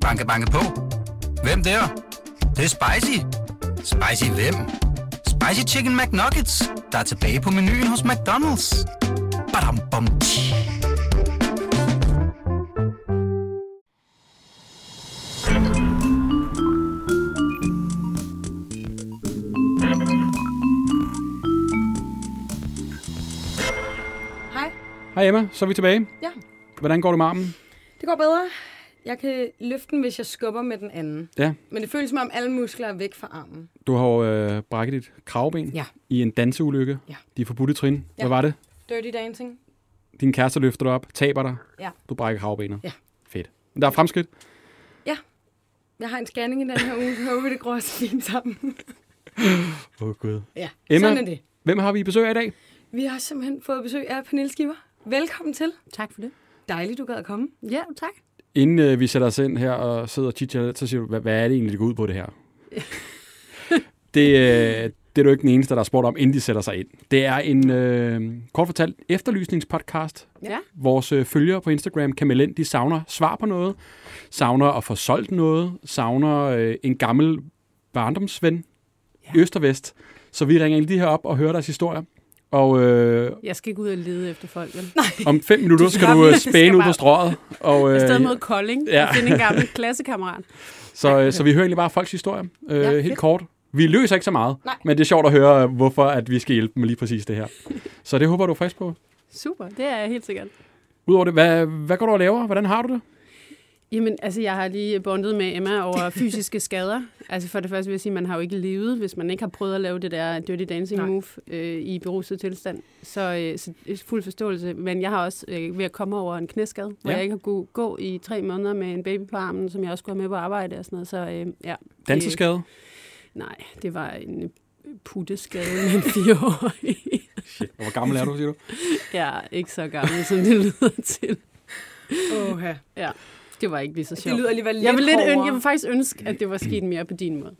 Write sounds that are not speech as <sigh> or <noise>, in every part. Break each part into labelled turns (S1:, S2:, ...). S1: Banke, banke på. Hvem der? Det, er? det er spicy. Spicy hvem? Spicy Chicken McNuggets, der er tilbage på menuen hos McDonald's. Badum, bom, tji.
S2: Hej.
S3: Hej Emma, så er vi tilbage.
S2: Ja,
S3: Hvordan går det med armen?
S2: det går bedre. Jeg kan løfte den, hvis jeg skubber med den anden.
S3: Ja,
S2: Men det føles som om alle muskler er væk fra armen.
S3: du har jo øh, brækket dit kravben
S2: Ja.
S3: i en danseulykke.
S2: Ja.
S3: De forbudte trin.
S2: Ja.
S3: Hvad var det?
S2: Dirty dancing.
S3: Din kæreste løfter dig op, taber dig.
S2: Ja.
S3: Du brækker kravbenet.
S2: Ja.
S3: Fedt. Men der er fremskridt.
S2: Jeg har en scanning i den her uge. Jeg håber, det går også fint sammen.
S3: Åh, oh, Gud.
S2: Ja,
S3: Emma?
S2: sådan er det.
S3: Hvem har vi i besøg af i dag?
S2: Vi har simpelthen fået besøg af Pernille Skiver. Velkommen til.
S4: Tak for det.
S2: Dejligt, du gad at komme.
S4: Ja, tak.
S3: Inden øh, vi sætter os ind her og sidder og chitchatter lidt, så siger du, hvad, hvad er det egentlig, det går ud
S2: <laughs>
S3: på det her? det, øh, det er du ikke den eneste, der har spurgt om, inden de sætter sig ind. Det er en, øh, kort fortalt, efterlysningspodcast.
S4: Ja.
S3: Vores øh, følgere på Instagram kan melde ind, de savner svar på noget, savner at få solgt noget, savner øh, en gammel barndomsven, ja. øst og vest. Så vi ringer ind lige herop og hører deres historier. Og øh,
S4: Jeg skal ikke ud og lede efter folk. Vel? <laughs>
S3: om fem minutter skal du øh,
S4: bare- du
S3: spæne
S4: skal
S3: ud på
S4: bare-
S3: strået. Og, øh,
S4: I stedet mod Kolding.
S3: ja.
S4: Ja. Og finde en gammel klassekammerat.
S3: Så, øh, så vi hører egentlig bare folks historier, øh, ja,
S4: Ja,
S3: helt fedt.
S4: fedt.
S3: kort. Vi løser ikke så meget,
S2: Nej.
S3: men det er sjovt at høre, øh, hvorfor at vi skal hjælpe med lige præcis
S4: <laughs>
S3: det her. Så det håber jeg, du er frisk på.
S4: Super, det er jeg helt sikkert.
S3: Udover det, hvad, hvad går du og laver? Hvordan har du det?
S4: Jamen, altså, jeg har lige bondet med Emma over fysiske skader. Altså, for det første vil jeg sige, at man har jo ikke levet, hvis man ikke har prøvet at lave det der dirty dancing
S2: Nej.
S4: Nej. move øh, i beruset tilstand. Så, øh, så fuld forståelse. Men jeg har også øh, ved at komme over en knæskade, hvor
S3: Ja.
S4: jeg ikke har kunne gå i tre måneder med en baby på armen, som jeg også skulle have med på arbejde og sådan noget. Så øh, ja. Det,
S3: Danseskade?
S4: nej, det var en øh, putteskade med en fireårig.
S3: Shit, hvor gammel er du, siger du?
S4: Jeg er ikke så gammel, som det lyder til.
S2: Åh, ja.
S4: Det var ikke lige så sjovt.
S2: Det lyder alligevel lidt
S4: jeg vil, lidt øn,
S2: hårdere.
S4: jeg vil faktisk ønske, at det var sket mere på din måde.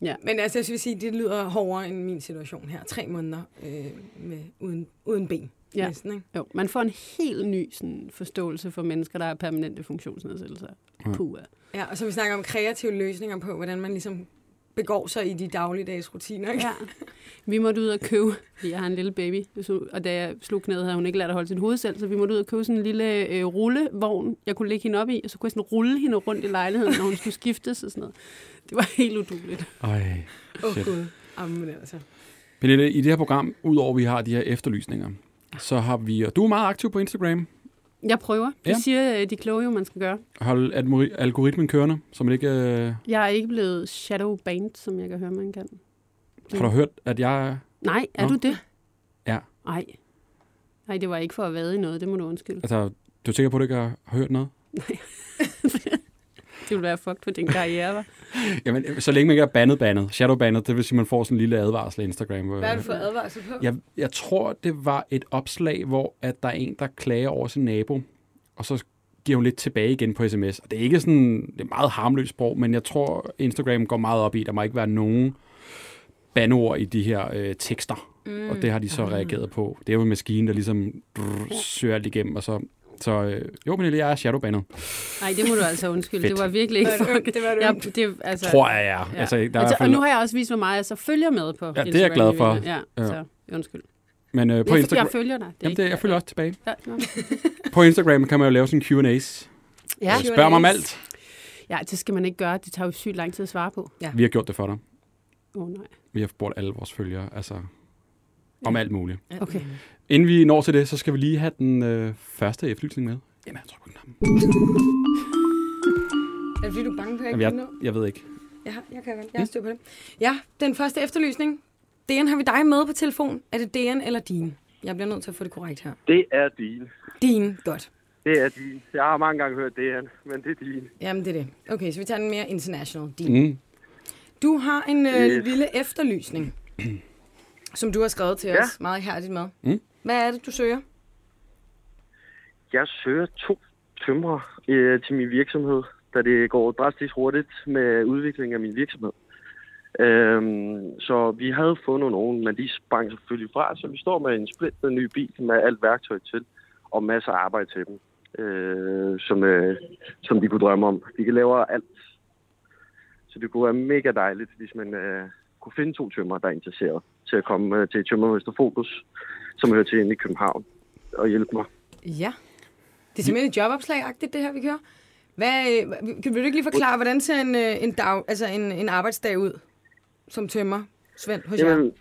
S2: Men altså, jeg vil sige, det lyder hårdere end min situation her. Tre måneder øh, med, uden, uden ben.
S4: Ja.
S2: Næsten, ikke?
S4: Jo, man får en helt ny sådan, forståelse for mennesker, der har permanente funktionsnedsættelser.
S3: Ja.
S4: Puh.
S2: Ja, og så vi snakker om kreative løsninger på, hvordan man ligesom begår sig i de dagligdags rutiner. Ikke?
S4: Ja. Vi måtte ud og købe, fordi jeg har en lille baby, så- og da jeg slog knæet, havde hun ikke lært at holde sit hoved selv, så vi måtte ud og købe sådan en lille øh, rullevogn, jeg kunne lægge hende op i, og så kunne jeg sådan rulle hende rundt i lejligheden, når hun skulle skiftes og sådan noget. Det var helt uduligt.
S3: Ej.
S2: Åh, oh,
S3: Shit. Øh.
S2: gud. Jamen, altså.
S3: Pernille, i det her program, udover at vi har de her efterlysninger, så har vi, og du er meget aktiv på Instagram,
S4: Jeg prøver. Det
S3: Ja.
S4: siger øh, de kloge jo, man skal gøre.
S3: hold almori- algoritmen kørende, så man ikke... Øh,
S4: Jeg er ikke blevet shadow banned, som jeg kan høre, man kan.
S3: har du hørt, at jeg...
S4: Nej, er
S3: Nå.
S4: Nå. du det?
S3: Ja.
S4: Nej. Nej, det var ikke for at vade i noget, det må du
S3: <laughs>
S4: undskylde.
S3: Altså, du er sikker på, at du ikke har hørt noget?
S4: Det ville være fucked for din karriere, var.
S3: Jamen, så længe man ikke er bandet bandet, shadow bandet, det vil sige, at man får sådan en lille advarsel af Instagram. øh,
S2: Hvad er det for advarsel på?
S3: Jeg, jeg tror, det var et opslag, hvor at der er en, der klager over sin nabo, og så giver hun lidt tilbage igen på sms. Og det er ikke sådan, det er meget harmløst sprog, men jeg tror, Instagram går meget op i, at der må ikke være nogen bandeord i de her øh, tekster. Mm. Og det har de så reageret på. Det er jo en maskine, der ligesom drrr, søger alt igennem, og så... Så øh, jo, men jeg er shadowbandet.
S4: Nej, det må du altså undskylde.
S3: Fedt.
S4: Det var virkelig ikke
S2: Det var det
S4: fucked.
S2: ondt, det var det ondt.
S4: jeg, det, altså,
S3: Tror jeg, jeg er. Ja. Altså, der er i hvert
S4: altså,
S3: fald-
S4: og nu har jeg også vist, hvor meget jeg så følger med på
S3: det er jeg
S4: Instagram
S3: glad for.
S4: alligevel. Ja, så undskyld.
S3: Men øh, på
S4: jeg, jeg
S3: Instagram...
S4: følger dig. Det er
S3: Jamen, det,
S4: ikke-
S3: jeg følger også tilbage.
S4: Ja, nå.
S3: På Instagram kan man jo lave sådan Q&A's.
S4: ja.
S2: Q&As.
S3: Spørg mig om alt.
S4: ja, det skal man ikke gøre. Det tager jo sygt lang tid at svare på.
S3: Vi har gjort det for dig.
S4: Åh, oh, nej.
S3: Vi har spurgt alle vores følgere, altså om alt muligt.
S4: Okay.
S3: Inden vi når til det, så skal vi lige have den øh, første efterlysning med. Jamen, jeg tror på knappen.
S2: Er det fordi, du er bange for, at jeg
S3: Jamen,
S2: ikke kan nå?
S3: jeg, jeg ved ikke.
S2: Ja, jeg kan godt. Jeg har styr på det. Ja, den første efterlysning. Dean, har vi dig med på telefon? Er det Dean eller din? Jeg bliver nødt til at få det korrekt her.
S5: Det er din.
S2: Din, godt.
S5: Det er din. Jeg har mange gange hørt det, han. men det er din.
S2: Jamen, det er det. Okay, så vi tager den mere international. Din.
S3: Mm.
S2: Du har en øh,
S5: Yes.
S2: lille efterlysning, <clears throat> som du har skrevet til
S5: Ja.
S2: os meget hærdigt med.
S3: Mm.
S2: Hvad er det, du søger?
S5: Jeg søger to tømrer øh, til min virksomhed, da det går drastisk hurtigt med udviklingen af min virksomhed. Øhm, så vi havde fundet nogen, men de sprang selvfølgelig fra, så vi står med en splittet ny bil med alt værktøj til og masser af arbejde til dem. øh, som, øh, som de kunne drømme om. De kan lave alt. Så det kunne være mega dejligt, hvis man øh, kunne finde to tømmer, der er interesseret til at komme øh, til Tømmermester Fokus, som hører til inde i København, og hjælpe mig.
S2: Ja. Det er simpelthen et jobopslag-agtigt, det her, vi kører. Hvad, øh, kan- vil du ikke lige forklare, hvordan ser en, øh, en, dag, altså en, en arbejdsdag ud som tømmer, Svend, hos jer?
S5: Jamen,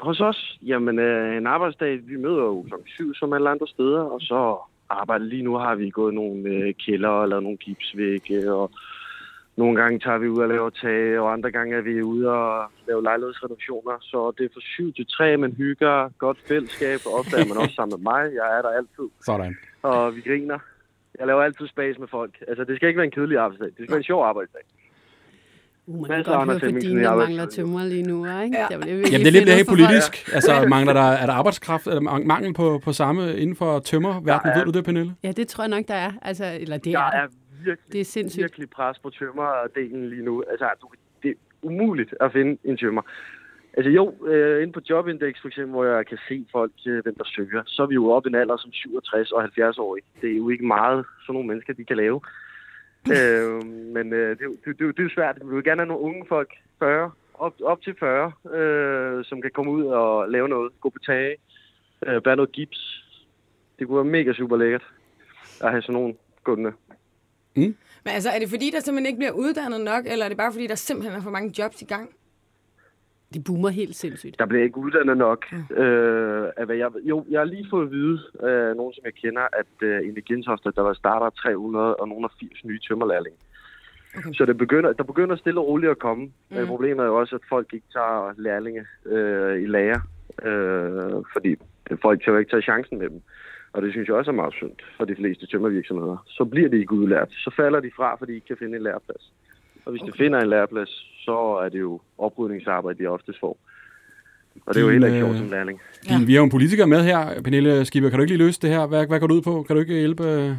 S5: hos os, jamen øh, en arbejdsdag, vi møder jo kl. 7 som alle andre steder, og så arbejder lige nu har vi gået nogle øh, kælder og lavet nogle gipsvægge, og nogle gange tager vi ud og laver tag, og andre gange er vi ude og lave lejlighedsreduktioner. Så det er fra 7 til 3, man hygger, godt fællesskab, ofte er man også sammen med mig, jeg er der altid,
S3: Sådan.
S5: og vi griner. Jeg laver altid spas med folk. Altså, det skal ikke være en kedelig arbejdsdag, det skal være en sjov arbejdsdag.
S4: Uh, man kan
S5: Masser af
S4: godt høre,
S5: Anders
S4: fordi
S5: Hemmingsen i
S4: der
S5: arbejdslivet.
S4: mangler tømmer lige nu, ikke?
S2: Ja.
S4: Der vil jeg virkelig
S3: Jamen, det er lidt
S4: fedt
S3: mere helt
S4: for folk.
S3: politisk. Altså, mangler der, er der arbejdskraft, eller mangel på, på samme inden for tømmerverdenen? Ved du det, Pernille?
S4: Ja, det tror jeg nok, der er. Altså, eller det
S5: Der
S4: er.
S5: er virkelig,
S4: Det er sindssygt.
S5: virkelig pres på tømmerdelen lige nu. Altså, du, det er umuligt at finde en tømmer. Altså jo, øh, inde på Jobindex for eksempel, hvor jeg kan se folk, øh, hvem der søger, så er vi jo oppe i en alder som 67 og 70 år. Det er jo ikke meget, sådan nogle mennesker, de kan
S4: <laughs>
S5: lave. øh, men øh, det, er jo- det, det, det er jo svært. Vi vil gerne have nogle unge folk, 40, op, op til 40, øh, som kan komme ud og lave noget. Gå på tage, øh, bære noget gips. Det kunne være mega super lækkert at have sådan nogle gående.
S2: Men altså, er det fordi, der simpelthen ikke bliver uddannet nok, eller er det bare fordi, der simpelthen er for mange jobs i gang?
S4: Det boomer helt sindssygt.
S5: Der bliver ikke uddannet nok. Øh, af hvad jeg, jo, jeg har lige fået at vide, øh, nogen som jeg kender, at øh, inde i Gentofte, der var starter 300 og nogen af 80 nye tømmerlærlinge.
S2: Okay.
S5: Okay. Så det begynder, der begynder stille og roligt at komme. Mm. Men problemet er jo også, at folk ikke tager lærlinge øh, i lager, øh, fordi folk kan jo ikke tage chancen med dem. Og det synes jeg også er meget synd for de fleste tømmervirksomheder. Så bliver de ikke udlært. Så falder de fra, fordi de ikke kan finde en læreplads. Og hvis okay. de finder en læreplads, så er det jo oprydningsarbejde, de oftest får. Og det er jo
S3: Din,
S5: heller ikke sjovt
S3: øh,
S5: som lærling.
S3: Ja. Vi er jo en politiker med her. Pernille Skipper, kan du ikke lige løse det her? Hvad, hvad går du ud på? Kan du ikke hjælpe? øh?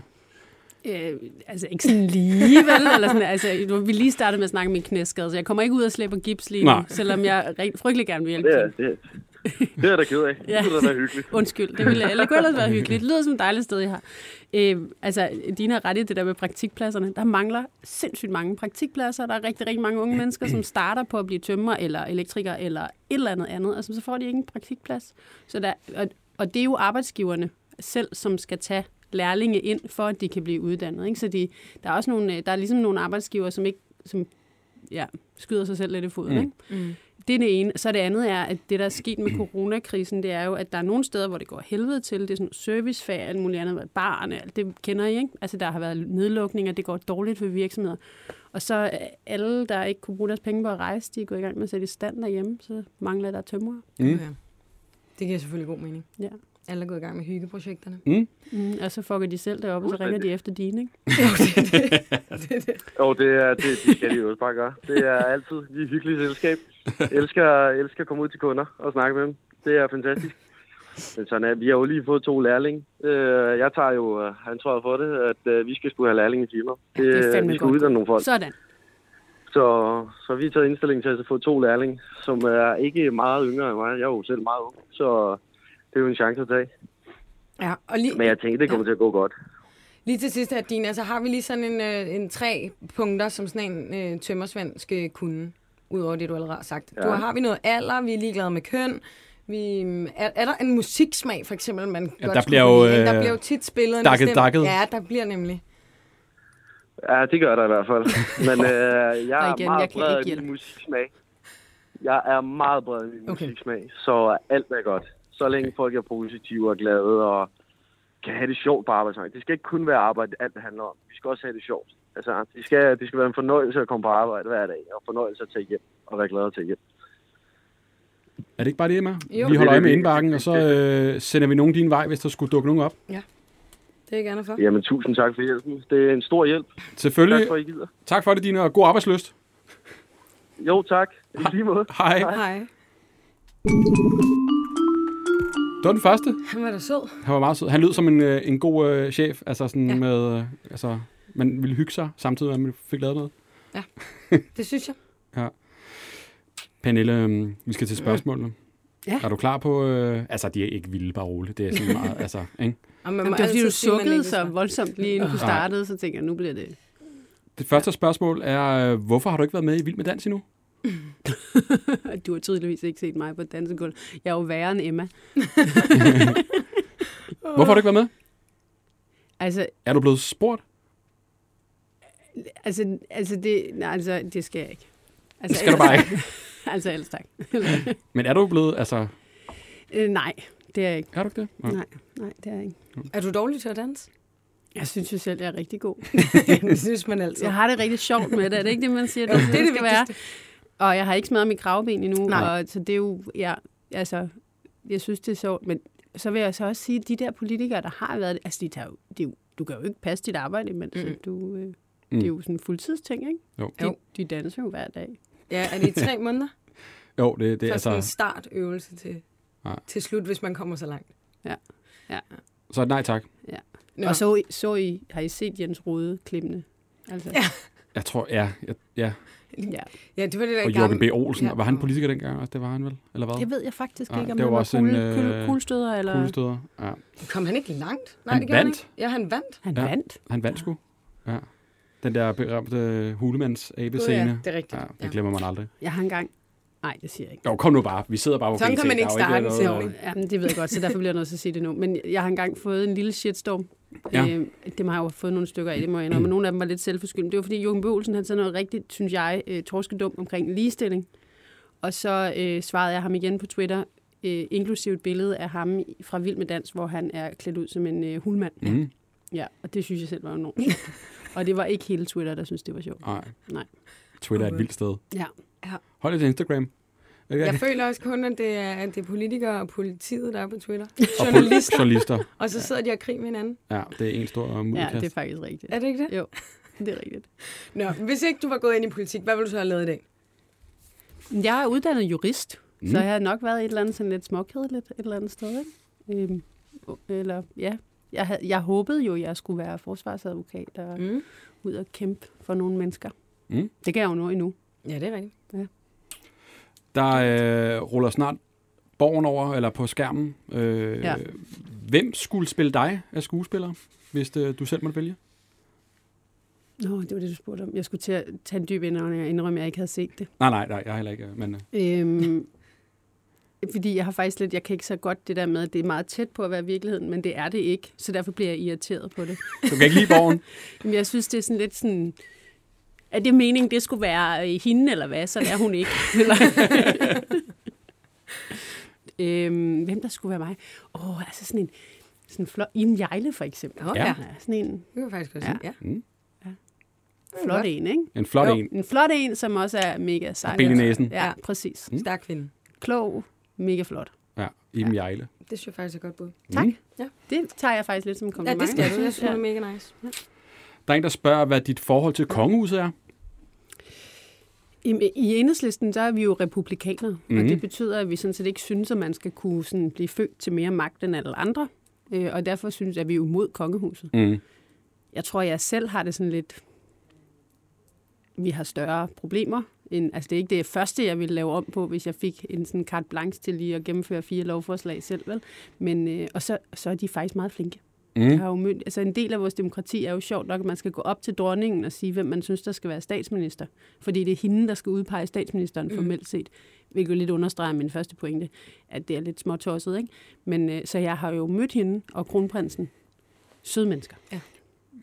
S4: Øh, altså ikke sådan lige, vel? Eller sådan, altså, nu- vi lige startede med at snakke om min knæskade, så jeg kommer ikke ud og slæber gips lige nu,
S3: Nej.
S4: selvom jeg rent frygtelig gerne vil hjælpe.
S5: Det er,
S4: til.
S5: det, er- det er jeg da ked
S3: <laughs>
S5: af.
S4: Ja.
S5: Det ville da være hyggeligt.
S4: <laughs> Undskyld, det ville eller kunne ellers være hyggeligt. Det lyder som et dejligt sted, I har. Øh, altså, Dina har ret i det der med praktikpladserne. Der mangler sindssygt mange praktikpladser. Der er rigtig, rigtig mange unge mennesker, som starter på at blive tømmer eller elektriker eller et eller andet andet, og som så får de ikke en praktikplads. Så der, og, og det er jo arbejdsgiverne selv, som skal tage lærlinge ind, for at de kan blive uddannet. Ikke? Så de, der er også nogle, øh, der er ligesom nogle arbejdsgiver, som ikke som, ja, skyder sig selv lidt i foden. Mm. Ikke? Det er det ene. Så det andet er, at det, der er sket med coronakrisen, det er jo, at der er nogle steder, hvor det går helvede til. Det er sådan servicefag, alt muligt andet, barne, alt det kender I, ikke? Altså, der har været nedlukninger, det går dårligt for virksomheder. Og så er alle, der ikke kunne bruge deres penge på at rejse, de er gået i gang med at sætte i stand derhjemme, så mangler der tømrere.
S3: Mm.
S2: Okay. Det giver selvfølgelig god mening.
S4: Ja.
S2: Alle er gået i gang med hyggeprojekterne.
S4: Mm, og så fucker de selv deroppe, og så ringer de efter dine, ikke?
S5: Og det, er, det, det skal de jo også bare gøre. Det er altid lige hyggeligt selskab. Elsker, elsker at komme ud til kunder og snakke med dem. Det er fantastisk. Men sådan er, vi har jo lige fået to lærlinge. Øh, jeg tager jo, øh, han tror jeg har fået det, at øh, vi skal skulle have lærlinge i timer. Det,
S4: det er
S5: det øh,
S4: fandme
S5: vi skal
S4: godt.
S5: uddanne nogle folk.
S4: Sådan.
S5: Så, så vi har taget indstilling til at få to lærlinge, som er ikke meget yngre end mig. Jeg er jo selv meget ung, så det er jo en chance at tage.
S2: Ja, og lige,
S5: Men jeg tænker, det kommer til at gå godt.
S2: lige til sidst her, Dina, så har vi lige sådan en, øh, en tre punkter, som sådan en øh, tømmersvend skal kunne, udover det, du allerede har sagt. Ja. Du har vi noget alder, vi er ligeglade med køn, vi, mm, er, er der en musiksmag, for eksempel, man ja,
S3: der bliver jo,
S2: Der
S3: øh,
S2: bliver jo tit spillet en
S3: dakket,
S2: bestemt-
S3: dakket.
S2: Ja, der bliver nemlig.
S5: Ja, det gør der i hvert fald. Men øh, jeg er
S4: Og igen, jeg
S5: meget
S4: kan
S5: bred
S4: ikke
S5: i
S4: hjælpe.
S5: min musiksmag. Jeg er meget bred i min
S2: Okay.
S5: okay. musiksmag, så alt er godt. Så længe folk er positive og glade og kan have det sjovt på arbejdsmarkedet. Det skal ikke kun være arbejde, alt det handler om. Vi skal også have det sjovt. Altså, det skal, det skal være en fornøjelse at komme på arbejde hver dag, og fornøjelse at tage hjem, og være glad at tage hjem.
S3: Er det ikke bare det, Emma?
S2: Jo.
S3: Vi
S5: Det er
S3: holder øje
S5: det,
S3: med
S5: vi-
S3: indbakken, og så øh, sender vi nogen din vej, hvis der skulle dukke nogen op.
S2: Det er jeg gerne for.
S5: Jamen, tusind tak for hjælpen. Det er en stor hjælp. Tak
S3: Selvfølgelig.
S5: for, at I gider.
S3: Tak for det, Dina, og god arbejdsløst.
S5: Jo, tak. I lige måde.
S3: Hej.
S2: Hej.
S3: Det var den første.
S2: Han var da sød.
S3: Han var meget sød. Han lød som en, øh, en god øh, chef, altså sådan
S2: Ja.
S3: ja. med, øh, altså, man ville hygge sig, samtidig med, at man fik lavet noget.
S2: Det synes jeg.
S3: øhm, Pernille, øh, vi skal til spørgsmålene.
S4: Ja.
S3: Er du klar på... Øh, altså, de er ikke vilde, bare roligt. Det er sådan meget... altså, ikke?
S2: Og man
S4: Jamen,
S2: må
S4: det var fordi,
S2: altid
S4: du
S2: sige, altså, man
S4: sukkede
S2: ikke
S4: så
S2: snakker.
S4: voldsomt lige
S5: Ah.
S4: inden du
S3: Nej.
S4: startede, så tænker jeg, nu bliver det... <laughs>
S3: Det første spørgsmål er, øh, hvorfor har du ikke været med i Vild med Dans endnu?
S4: Du har tydeligvis ikke set mig på et dansegulv. Jeg er jo værre end Emma.
S3: Hvorfor har du ikke været med?
S4: Altså,
S3: Er du blevet spurgt?
S4: altså, altså, det, nej, altså det skal jeg ikke. Altså,
S3: Det skal du bare ikke.
S4: <laughs> altså, ellers tak.
S3: Men er du blevet... Altså,
S4: Øh, nej, det er jeg ikke.
S3: er du ikke det? Nå.
S4: Nej, nej, det er jeg ikke.
S2: Er du dårlig til at
S4: <laughs>
S2: danse?
S4: Jeg synes jo selv, jeg er rigtig god.
S2: det synes man altid.
S4: Jeg har det rigtig sjovt med det. Er det ikke det, man
S2: <laughs>
S4: siger,
S2: Jo,
S4: det, det,
S2: Altså. det er
S4: det
S2: det
S4: skal være? Og jeg har ikke smadret mit kravben endnu.
S2: Nej.
S4: Og, så det er jo, ja, altså, jeg synes, det er sjovt. Men så vil jeg så også sige, at de der politikere, der har været det, altså, de tager jo, det er jo, du kan jo ikke passe dit arbejde, men mm.
S2: Mm.
S4: du, øh, det er jo sådan en fuldtidsting, ikke?
S3: Jo.
S4: De,
S2: Jo.
S4: de danser jo hver dag.
S2: Ja, er det i tre måneder?
S3: Jo, det, det
S2: Det
S3: er
S2: er sådan en
S3: altså...
S2: startøvelse til,
S3: Nej.
S2: til slut, hvis man kommer så langt.
S3: Så nej tak.
S2: Nå.
S4: Og så, I- så I, har I set Jens Rode klippene? Altså, ja.
S3: Jeg tror, ja. Jeg, ja.
S4: ja.
S2: Ja, det var det der
S3: Og Jørgen
S2: gamle...
S3: B. Olsen.
S2: Ja.
S3: Var han politiker dengang også? Det var han vel? Eller hvad?
S4: Det ved jeg faktisk
S3: Nej,
S4: ikke, om
S3: det
S4: det
S3: var
S4: var
S3: også
S4: han
S3: en,
S4: var kugle, kugle,
S3: øh,
S4: kuglestøder, eller...
S3: Kuglestøder. Ja.
S2: Kom han ikke langt? Nej,
S3: Han
S2: det gjorde han
S3: vandt.
S2: ikke. Ja, han vandt.
S4: Han
S3: Ja.
S4: vandt.
S3: Han vandt sgu. Ja. Den der berømte hulemands
S2: Gud, ja,
S3: abescene.
S2: det er rigtigt.
S3: Ja,
S2: Ja.
S3: det glemmer man aldrig.
S4: Jeg har engang... Nej, det siger jeg ikke.
S3: Jo, kom nu bare. Vi sidder bare på
S2: Sådan
S3: BT.
S2: kan man
S3: Der er
S2: ikke
S3: jo
S2: starte en
S3: noget-
S2: sætning.
S4: Jamen, det ved jeg godt, så derfor bliver jeg nødt til at sige det nu. Men jeg har engang fået en lille shitstorm.
S3: Ja.
S4: Ja. Øh, dem har jeg jo fået nogle stykker af, det må jeg indrømme. men Nogle af dem var lidt selvforskyldt. Det var fordi, Jørgen Bøgelsen, han sagde noget rigtigt, synes jeg, øh, torskedumt omkring ligestilling. Og så øh, svarede jeg ham igen på Twitter, øh, inklusive et billede af ham i- fra Vild med Dans, hvor han er klædt ud som en øh, hulmand.
S3: Mm.
S4: Ja, og det synes jeg selv var enormt.
S3: <laughs>
S4: sjovt. og det var ikke hele Twitter, der synes det var sjovt.
S3: Nej.
S4: Nej.
S3: Twitter er et vildt sted.
S4: Ja.
S2: Ja.
S3: Hold det til Instagram. Okay.
S2: Jeg føler også kun, at det er, at det er politikere og politiet, der er på Twitter.
S3: Og pol-
S2: Journalister.
S3: journalister.
S2: Og så sidder de og kriger med hinanden.
S3: Ja, det er en stor øh,
S4: Ja,
S3: mulighed.
S4: det er faktisk rigtigt.
S2: Er det ikke det?
S4: Jo, det er rigtigt.
S2: Nå, hvis ikke du var gået ind i politik, hvad ville du så have lavet i dag?
S4: Jeg er uddannet jurist, mm.
S3: Mm.
S4: så jeg har nok været et eller andet sådan lidt småkedeligt et eller andet sted. Ikke? Øhm, o- eller, ja. jeg, havde, jeg håbede jo, at jeg skulle være forsvarsadvokat og mm.
S2: Mm.
S4: ud og kæmpe for nogle mennesker.
S3: Mm.
S4: Det kan jeg jo nå endnu.
S2: Ja, det er rigtigt.
S3: Der øh, ruller snart borgen over, eller på skærmen. Øh, ja.
S4: Ja.
S3: Hvem skulle spille dig af skuespillere, hvis det, du selv måtte vælge?
S4: Nå, det var det, du spurgte om. Jeg skulle til at tage en dyb indånding og indrømme, at jeg ikke havde set det.
S3: Nej, nej, nej, jeg har heller ikke. øh, Men, øh,
S4: Øhm, fordi jeg har faktisk lidt, jeg kan ikke så godt det der med, at det er meget tæt på at være virkeligheden, men det er det ikke, så derfor bliver jeg irriteret på det.
S3: du kan ikke lide
S2: <laughs>
S3: borgen.
S4: Jamen, jeg synes, det er sådan lidt sådan... Er det meningen, det skulle være øh, hende, eller hvad? Så er
S3: <laughs>
S4: hun ikke. Eller... øhm, hvem der skulle være mig? Åh, oh, altså sådan en... Sådan en flot... Ine Jejle, for eksempel.
S2: Nå,
S3: Ja.
S2: ja. ja.
S4: Ja, sådan en
S2: Det kan faktisk godt
S4: Ja.
S2: sige. Ja. Mm.
S4: flot
S2: Flot.
S4: en, ikke?
S3: En flot
S2: Jo.
S3: en.
S4: En flot en, som også er mega sej.
S3: Og ben i næsen.
S4: Ja, præcis.
S3: Mm.
S2: Stærk kvinde.
S4: Klog, mega flot.
S3: Ja, Iben Jejle.
S2: Det synes jeg faktisk er et godt bud.
S4: Tak.
S3: Mm.
S4: Det tager jeg faktisk lidt som en
S2: Ja,
S4: kompliment.
S2: det skal du. Jeg synes,
S4: Ja.
S2: det er mega nice. Ja.
S3: Der er en, der spørger, hvad dit forhold til kongehuset er.
S4: Jamen, I enhedslisten, der er vi jo republikanere, mm. og
S3: Mhm.
S4: det betyder, at vi sådan set ikke synes, at man skal kunne sådan blive født til mere magt end alle andre. Øh, og derfor synes jeg, at vi er imod kongehuset.
S3: Mm.
S4: Jeg tror, jeg selv har det sådan lidt... Vi har større problemer. End, altså, det er ikke det første, jeg ville lave om på, hvis jeg fik en sådan carte blanche til lige at gennemføre fire lovforslag selv, vel? Men, øh, og så, så er de faktisk meget flinke.
S3: Mm.
S4: Jeg har jo mødt, altså en del af vores demokrati er jo sjovt nok, at man skal gå op til dronningen og sige, hvem man synes, der skal være statsminister. Fordi det er hende, der skal udpege statsministeren formelt set. Hvilket jo lidt understreger min første pointe, at det er lidt småtosset, ikke? Men øh, så jeg har jo mødt hende og kronprinsen. Søde mennesker.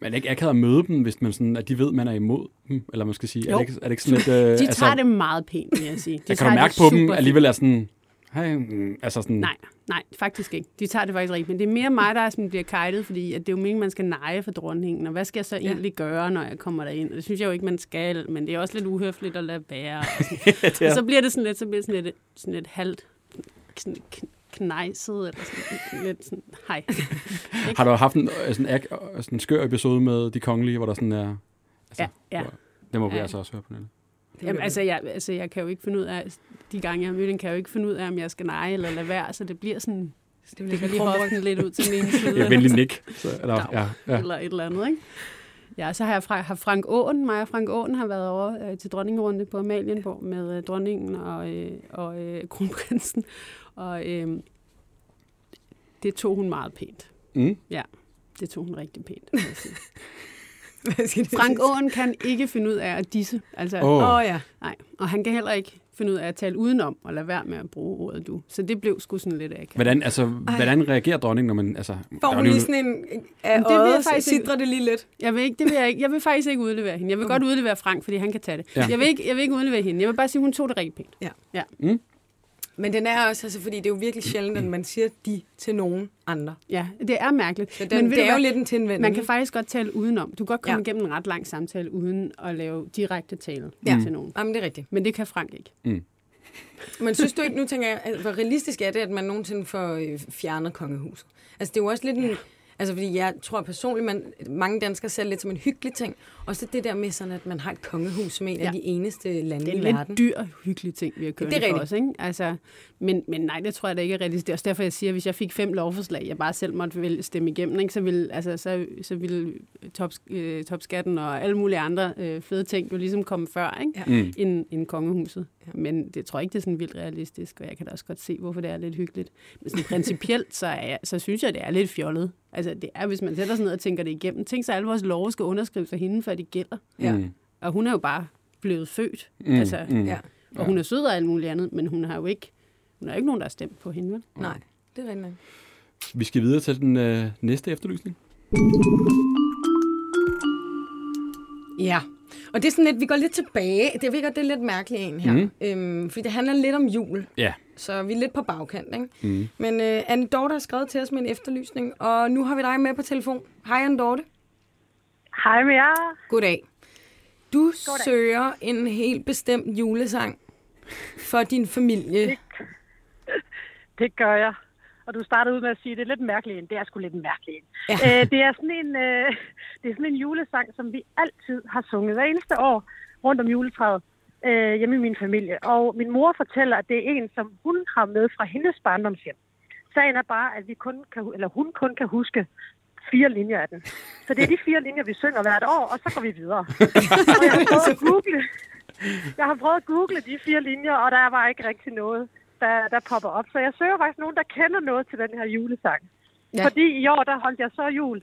S3: Man er ikke akavet at møde dem, hvis man sådan, at de ved, at man er imod dem. Eller man skal sige, er
S4: Jo.
S3: det ikke, er det ikke sådan lidt... Øh, de
S4: De tager altså, det meget pænt, vil jeg sige. De
S3: Jeg kan
S4: tager
S3: du
S4: det
S3: mærke på dem,
S4: superfint.
S3: alligevel er sådan... Hey, mm, altså sådan,
S4: Nej, nej, faktisk ikke. De tager det faktisk rigtigt. Men det er mere mig, der er sådan, bliver kajtet, fordi at det er jo meningen, man skal neje for dronningen. Og hvad skal jeg så egentlig gøre, når jeg kommer derind? Og det synes jeg jo ikke, man skal, men det er også lidt uhøfligt at lade
S3: <laughs>
S4: være. Og, sådan. og så bliver det sådan lidt, så bliver det sådan lidt, sådan lidt halvt sådan kn- knejset, eller sådan lidt sådan, hej.
S3: Har du haft en, øh, sådan, ak, øh, sådan en skør episode med de kongelige, hvor der sådan er... Altså,
S4: Ja, ja.
S3: hvor- Det må vi
S4: Ja.
S3: altså også høre på nettet.
S4: Jamen, altså, jeg, altså, jeg kan jo ikke finde ud af, de gange jeg har mødt hende, kan jeg jo ikke finde ud af, om jeg skal neje eller lade være, så det bliver sådan,
S2: Det
S4: det
S2: bliver
S4: kan
S2: lidt
S4: lige
S2: lige
S3: <laughs>
S4: hoften lidt ud til den ene side.
S3: Ja, venlig nik. Så, eller,
S4: Dav.
S3: ja, ja.
S4: eller et eller andet, ikke? Ja, så har jeg fra, har Frank Åen, mig og Frank Åen har været over øh, til dronningerunde på Amalienborg med øh, dronningen og, øh, og øh, kronprinsen, og øh, det tog hun meget pænt.
S3: Mm.
S4: Ja, det tog hun
S3: <laughs>
S4: rigtig pænt. vil jeg sige.
S2: <laughs> Hvad skal det
S4: Frank
S2: sige?
S4: Åen kan ikke finde ud af at disse, altså
S3: Åh.
S2: Åh oh, ja.
S4: Nej, og han kan heller ikke finde ud af at tale udenom og lade være med at bruge ordet du. Så det blev sgu sådan lidt akavet.
S3: Hvordan, altså, hvordan reagerer dronningen, når man... Altså,
S2: Får
S3: der
S2: hun
S3: er jo
S2: lige
S3: en-
S2: sådan en... Af
S4: Men
S2: det
S4: det vil jeg
S2: øjet,
S4: faktisk ikke-
S2: sidder det lige lidt.
S4: Jeg vil, ikke, det vil jeg, ikke, jeg vil faktisk ikke udlevere hende. Jeg vil godt udlevere Frank, fordi han kan tage det.
S3: Mm. Ja.
S4: Ja. Jeg, vil ikke, jeg vil ikke udlevere hende. Jeg vil bare sige, at hun tog det rigtig pænt.
S2: Men den er også, altså, fordi det er jo virkelig sjældent, at man siger de til nogen andre.
S4: Ja, det er mærkeligt.
S2: Så den, det
S4: ved du
S2: er jo
S4: hvad?
S2: lidt en tilvænding.
S4: Man kan faktisk godt tale udenom. Du kan godt komme
S2: Ja.
S4: ja. igennem en ret lang samtale uden at lave direkte tale
S2: Ja.
S4: ja. til nogen.
S2: Jamen, det er rigtigt.
S4: Men det kan Frank ikke.
S2: Men synes du ikke, nu tænker jeg, altså, hvor realistisk er det, at man nogensinde får øh, fjernet kongehuset? Altså, det er jo også lidt en... Altså, fordi jeg tror personligt, man, mange danskere ser det lidt som en hyggelig ting. Og så det der med sådan, at man har et kongehus som en ja.
S4: Ja.
S2: af de eneste lande
S4: Det er en
S2: i
S4: lidt
S2: verden.
S4: dyr, hyggelig ting, vi har kørt
S2: Det er
S4: for
S2: rigtigt.
S4: os. Ikke? Altså, men, men nej, det tror jeg da ikke er realistisk. Det er også derfor, jeg siger, at hvis jeg fik fem lovforslag, jeg bare selv måtte vælge- stemme igennem, ikke? Så, ville, altså, så, så ville top, øh, topskatten og alle mulige andre øh, fede ting jo ligesom komme før ikke?
S2: Ja.
S3: Mm.
S4: End, end kongehuset. Ja. Men det tror jeg ikke, det er sådan vildt realistisk, og jeg kan da også godt se, hvorfor det er lidt hyggeligt. Men sådan principielt, så, er jeg, så synes jeg, det er lidt fjollet. Altså, det er, hvis man sætter sig ned og tænker det igennem. Tænk så, alle vores love skal underskrives af hende, før de gælder.
S2: Ja.
S3: Mm.
S4: Og hun er jo bare blevet født.
S3: Mm.
S4: Altså,
S3: mm.
S2: Ja.
S4: og hun er sød og alt muligt andet, men hun har jo ikke, hun har jo ikke nogen, der har stemt på hende. Vel?
S2: Nej, det er rigtigt. nok.
S3: Vi skal videre til den øh, næste efterlysning.
S2: Ja, og det er sådan lidt, vi går lidt tilbage. Det, jeg ved godt, det er lidt mærkeligt en her. Mm. Øhm, fordi det handler lidt om jul.
S3: Ja.
S2: Så vi er lidt på bagkant, ikke? Mm. Men øh, Anne Dorte har skrevet til os med en efterlysning, og nu har vi dig med på telefon. Hej Anne Dorte.
S6: Hej med jer.
S2: Goddag. Du Goddag. søger en helt bestemt julesang for din familie.
S6: Det gør jeg. Og du startede ud med at sige, at det er lidt mærkeligt en. Det er sgu lidt mærkeligt en.
S2: Ja.
S6: Ja. <laughs> Øh, det, er sådan en øh, det er sådan en julesang, som vi altid har sunget hver eneste år rundt om juletræet øh, hjemme i min familie. Og min mor fortæller, at det er en, som hun har med fra hendes barndomshjem. Sagen er bare, at vi kun kan, hu- eller hun kun kan huske fire linjer af den. Så det er de fire linjer, vi synger hvert år, og så går vi videre. og jeg har prøvet at google, jeg har prøvet at google de fire linjer, og der var ikke rigtig noget, der, der popper op. Så jeg søger faktisk nogen, der kender noget til den her julesang.
S2: Ja.
S6: Ja. Fordi i år, der holdt jeg så jul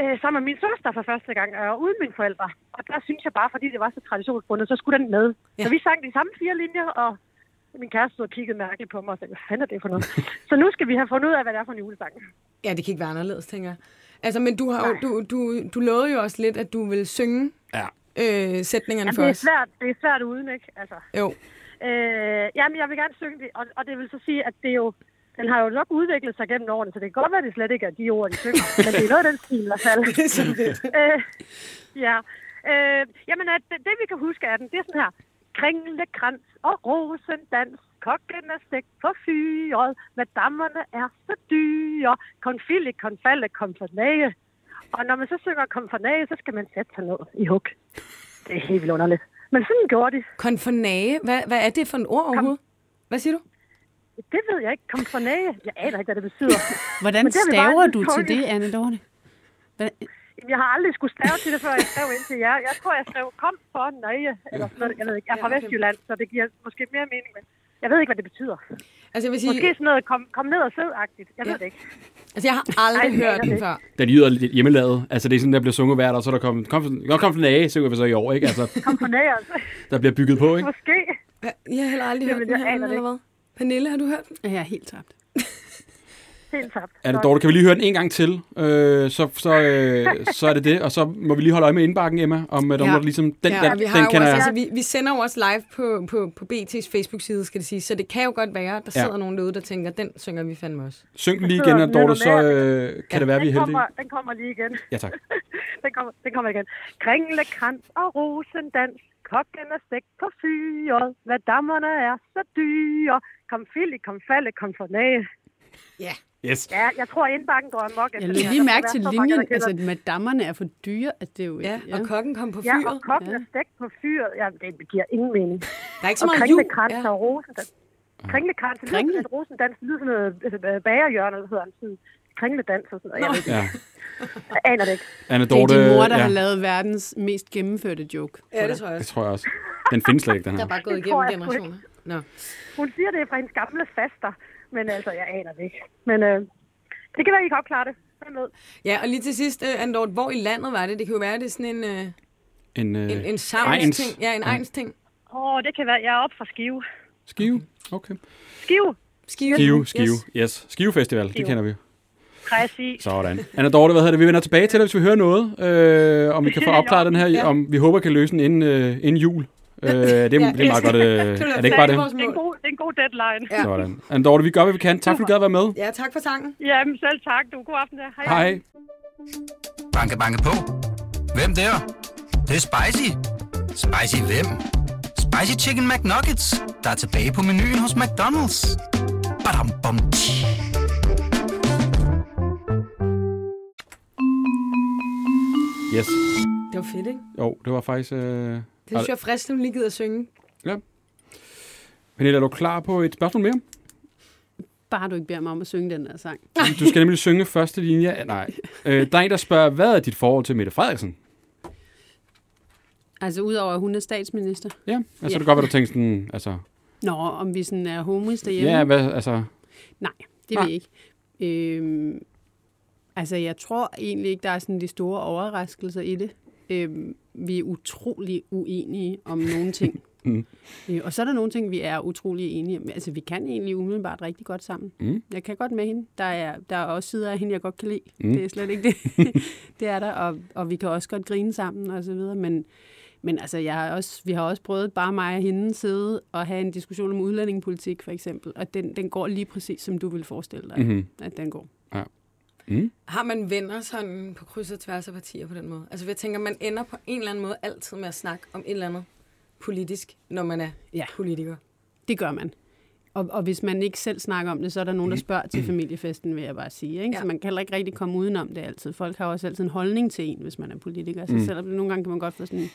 S6: øh, sammen med min søster for første gang, og uden mine forældre. Og der synes jeg bare, fordi det var så traditionsbundet, så skulle den med.
S2: Ja.
S6: Ja. Så vi sang de samme fire linjer, og min kæreste stod og kiggede mærkeligt på mig og sagde, hvad fanden er det for <laughs> noget? så nu skal vi have fundet ud af, hvad det er for en julesang.
S2: Ja, det kan ikke være anderledes, tænker jeg. Altså, men du, har jo, du, du, du lovede jo også lidt, at du ville synge
S3: Ja.
S2: øh, sætningerne
S6: Jamen,
S2: for
S6: det, er
S2: os.
S6: svært, det er svært uden, ikke? Altså,
S2: Jo.
S6: Øh, jamen, jeg vil gerne synge det, og, og det vil så sige, at det er jo, den har jo nok udviklet sig gennem årene, så det kan godt være, at det slet ikke er de ord, de
S2: <laughs>
S6: synger, men det er noget af den stil i hvert fald.
S2: Det er så fedt.
S6: <laughs> Øh, ja. Øh, jamen, at det, det, vi kan huske af den, det er sådan her. Kringlekrans og rosendans, kokken er stegt på fyret, madammerne er så dyre, konfille, konfalle, konfernage. Og når man så synger konfernage, så skal man sætte sig ned i hug. Det er helt vildt underligt. Men sådan gjorde de.
S2: Konfornage? Hvad, hvad er det for en ord overhovedet? Hvad siger du?
S6: Det ved jeg ikke. Konfernage. Jeg aner ikke, hvad det
S2: <laughs>
S6: betyder.
S4: Hvordan
S6: Men det har vi bare
S4: staver
S6: altid
S4: du til
S6: sunget.
S4: det, Anne Dorte? Hvad?
S6: Jamen, Jeg har aldrig skulle stave til det, før jeg skrev ind til jer. Jeg tror, jeg skrev, kom for nøje, eller sådan noget. Jeg ved ikke. Jeg er
S2: Ja,
S6: fra
S2: okay.
S6: Vestjylland, så det giver måske mere mening, men jeg ved ikke, hvad det betyder.
S2: Altså, jeg vil sige,
S6: Måske sådan noget, kom, kom ned og sid-agtigt. Jeg ved
S2: Ja.
S6: det ikke.
S2: altså, jeg har aldrig
S6: Ej, det er
S2: hørt den
S6: det.
S2: før.
S3: Den lyder lidt hjemmelavet. Altså, det er sådan, der bliver sunget hvert år, så er der kom, kom, kom, kom den af, så vi så i år, ikke? Altså,
S6: Kom for nøje, altså. <laughs>
S3: der bliver bygget på, ikke?
S6: Måske.
S2: Hva? Jeg har heller aldrig hørt
S6: Jamen,
S2: den
S6: jeg
S2: her,
S6: aner det
S2: eller hvad? Pernille, har du hørt den?
S4: Ja, Jeg er helt tabt.
S6: Helt tabt.
S3: Er det
S6: Så-
S3: Dorte, kan vi lige høre den en gang til? Øh, så, så, øh, så er det det, og så må vi lige holde øje med indbakken, Emma, om øh, der
S4: Ja.
S3: ja. ligesom, den,
S4: Ja,
S3: ja, den,
S2: vi,
S3: den
S2: har jo
S3: kender
S2: også,
S3: jeg.
S2: altså, vi, vi sender jo også live på, på, på BT's Facebook-side, skal det sige. Så det kan jo godt være, at der
S3: Ja.
S2: sidder nogen derude, der tænker, den synger vi fandme også.
S3: Syng den lige igen, og Dorte, så øh, kan det være, vi
S6: Den
S3: er heldige.
S6: kommer, den kommer lige igen.
S3: Ja, tak.
S6: <laughs> den, kommer, den kommer igen. Kringlekrans og rosendans, kokken er stegt på fyret, hvad dammerne er så dyre. Kom fili, kom falde, kom for næ.
S3: Yes.
S6: Ja, jeg tror, indbakken går amok.
S4: Jeg
S6: efter det
S4: lød
S6: her.
S4: lige
S6: Der
S4: mærke
S6: er
S4: til
S6: så mange, der
S4: linjen,
S6: kender
S4: altså at madammerne er for dyre, at det er jo
S2: Ja,
S4: ikke...
S2: ja. og kokken kom på
S6: Ja,
S2: fyret. Ja,
S6: og kokken
S4: Ja.
S6: er stegt på fyret. Ja, det giver ingen mening.
S2: Der er ikke så
S6: Og
S2: meget jul.
S6: kringlekrans ja.
S2: Ja.
S3: Ah.
S6: og rosendans. Kringlekrans, det lyder
S4: Kringle?
S6: altså, sådan lidt rosendans, det lyder sådan noget øh, bagerhjørne, hedder han. Sådan kringledans og sådan noget. Jeg, ved, det ikke.
S3: Ja.
S6: jeg aner det ikke.
S4: Det er
S3: Anedorte,
S4: din mor, der ja.
S3: ja,
S4: har lavet verdens mest gennemførte joke.
S2: Ja, det tror jeg
S3: Det
S2: også.
S3: tror jeg også. Den findes slet ikke, den
S2: Der er
S3: her.
S2: bare gået
S6: Det tror
S2: igennem
S6: jeg sgu
S2: generationer. Nå.
S6: Hun siger, det er fra hendes gamle faster, men altså, jeg aner det ikke. Men øh, det kan være, I kan opklare det. Hvem ved?
S2: Ja, og lige til sidst, uh, Andort, hvor i landet var det? Det kan jo være, det er sådan en, uh,
S3: En, øh,
S2: en, en
S3: Ejns.
S2: savnsting. Ja, en egns-ting.
S6: Åh, det kan være, jeg er oppe fra Skive.
S3: Skive? Okay.
S6: Skive?
S2: Skive.
S3: Skive, Skive.
S2: Yes.
S3: Yes. Skive Festival, det kender vi.
S6: Præcis.
S3: Sådan. Anna Dorte, hvad hedder det? Vi vender tilbage til dig, hvis vi hører noget, øh, om vi kan få opklaret den her, ja. om vi håber kan løse den inden, øh, inden jul. Øh, <laughs> det, er, det er meget godt. Øh, er det ikke bare det?
S2: Vores
S6: Det er,
S2: mål.
S6: en god, det er en god deadline.
S2: Ja.
S3: Sådan. Anna Dorte, vi gør, hvad vi kan. Tak, fordi du gad at være med.
S2: Ja, tak for sangen.
S6: <laughs> Jamen, selv tak. Du. God aften der. Hej.
S3: Hej.
S1: Banke, banke på. Hvem der? Det, er spicy. Spicy hvem? Spicy Chicken McNuggets, der er tilbage på menuen hos McDonald's. Badum, bom, tji.
S3: Yes.
S2: Det var fedt, ikke?
S3: Jo, det var faktisk... Øh...
S2: Det synes jeg er frisk, som lige gider at synge.
S3: Pernille, er du klar på et spørgsmål <laughs> mere?
S4: Bare du ikke beder mig om at synge den der sang.
S3: Du skal nemlig synge første linje. Ah, Nej. Øh, der er en, der spørger, hvad er dit forhold til Mette Frederiksen?
S4: Altså, udover at hun er statsminister.
S3: Ja, altså
S4: Ja.
S3: det kan godt være, du tænker sådan, altså...
S4: Nå, om vi sådan er homies derhjemme.
S3: Ja, hvad, altså...
S4: Nej, det
S3: Nej.
S4: vil jeg ikke. Øhm, altså, jeg tror egentlig ikke, der er sådan de store overraskelser i det. Øhm, vi er utrolig uenige om nogle ting.
S3: <laughs> Mm.
S4: Øh, og så er der nogle ting, vi er utrolig enige om. Altså, vi kan egentlig umiddelbart rigtig godt sammen.
S3: Mm.
S4: Jeg kan godt med hende. Der er, der er også sider af hende, jeg godt kan lide.
S3: Mm.
S4: Mm. Det er
S3: <laughs>
S4: slet ikke det. <laughs> det er der, og, og vi kan også godt grine sammen og så videre, men... Men altså, jeg har også, vi har også prøvet bare mig og hende sidde og have en diskussion om udlændingepolitik, for eksempel. Og den, den går lige præcis, som du vil forestille dig,
S3: Mhm.
S4: mm-hmm. at den går.
S2: Har man venner sådan på kryds og tværs af partier på den måde? Altså, jeg tænker, man ender på en eller anden måde altid med at snakke om et eller andet politisk, når man er
S4: Ja. Altså,
S2: politiker.
S4: Det gør man. Og, og hvis man ikke selv snakker om det, så er der nogen, der spørger til familiefesten, vil jeg bare sige. Ikke? Ja.
S2: Ja.
S4: Så man kan heller ikke rigtig komme udenom det altid. Folk har også altid en holdning til en, hvis man er politiker. Så mm. selvom det- nogle gange kan man godt få sådan,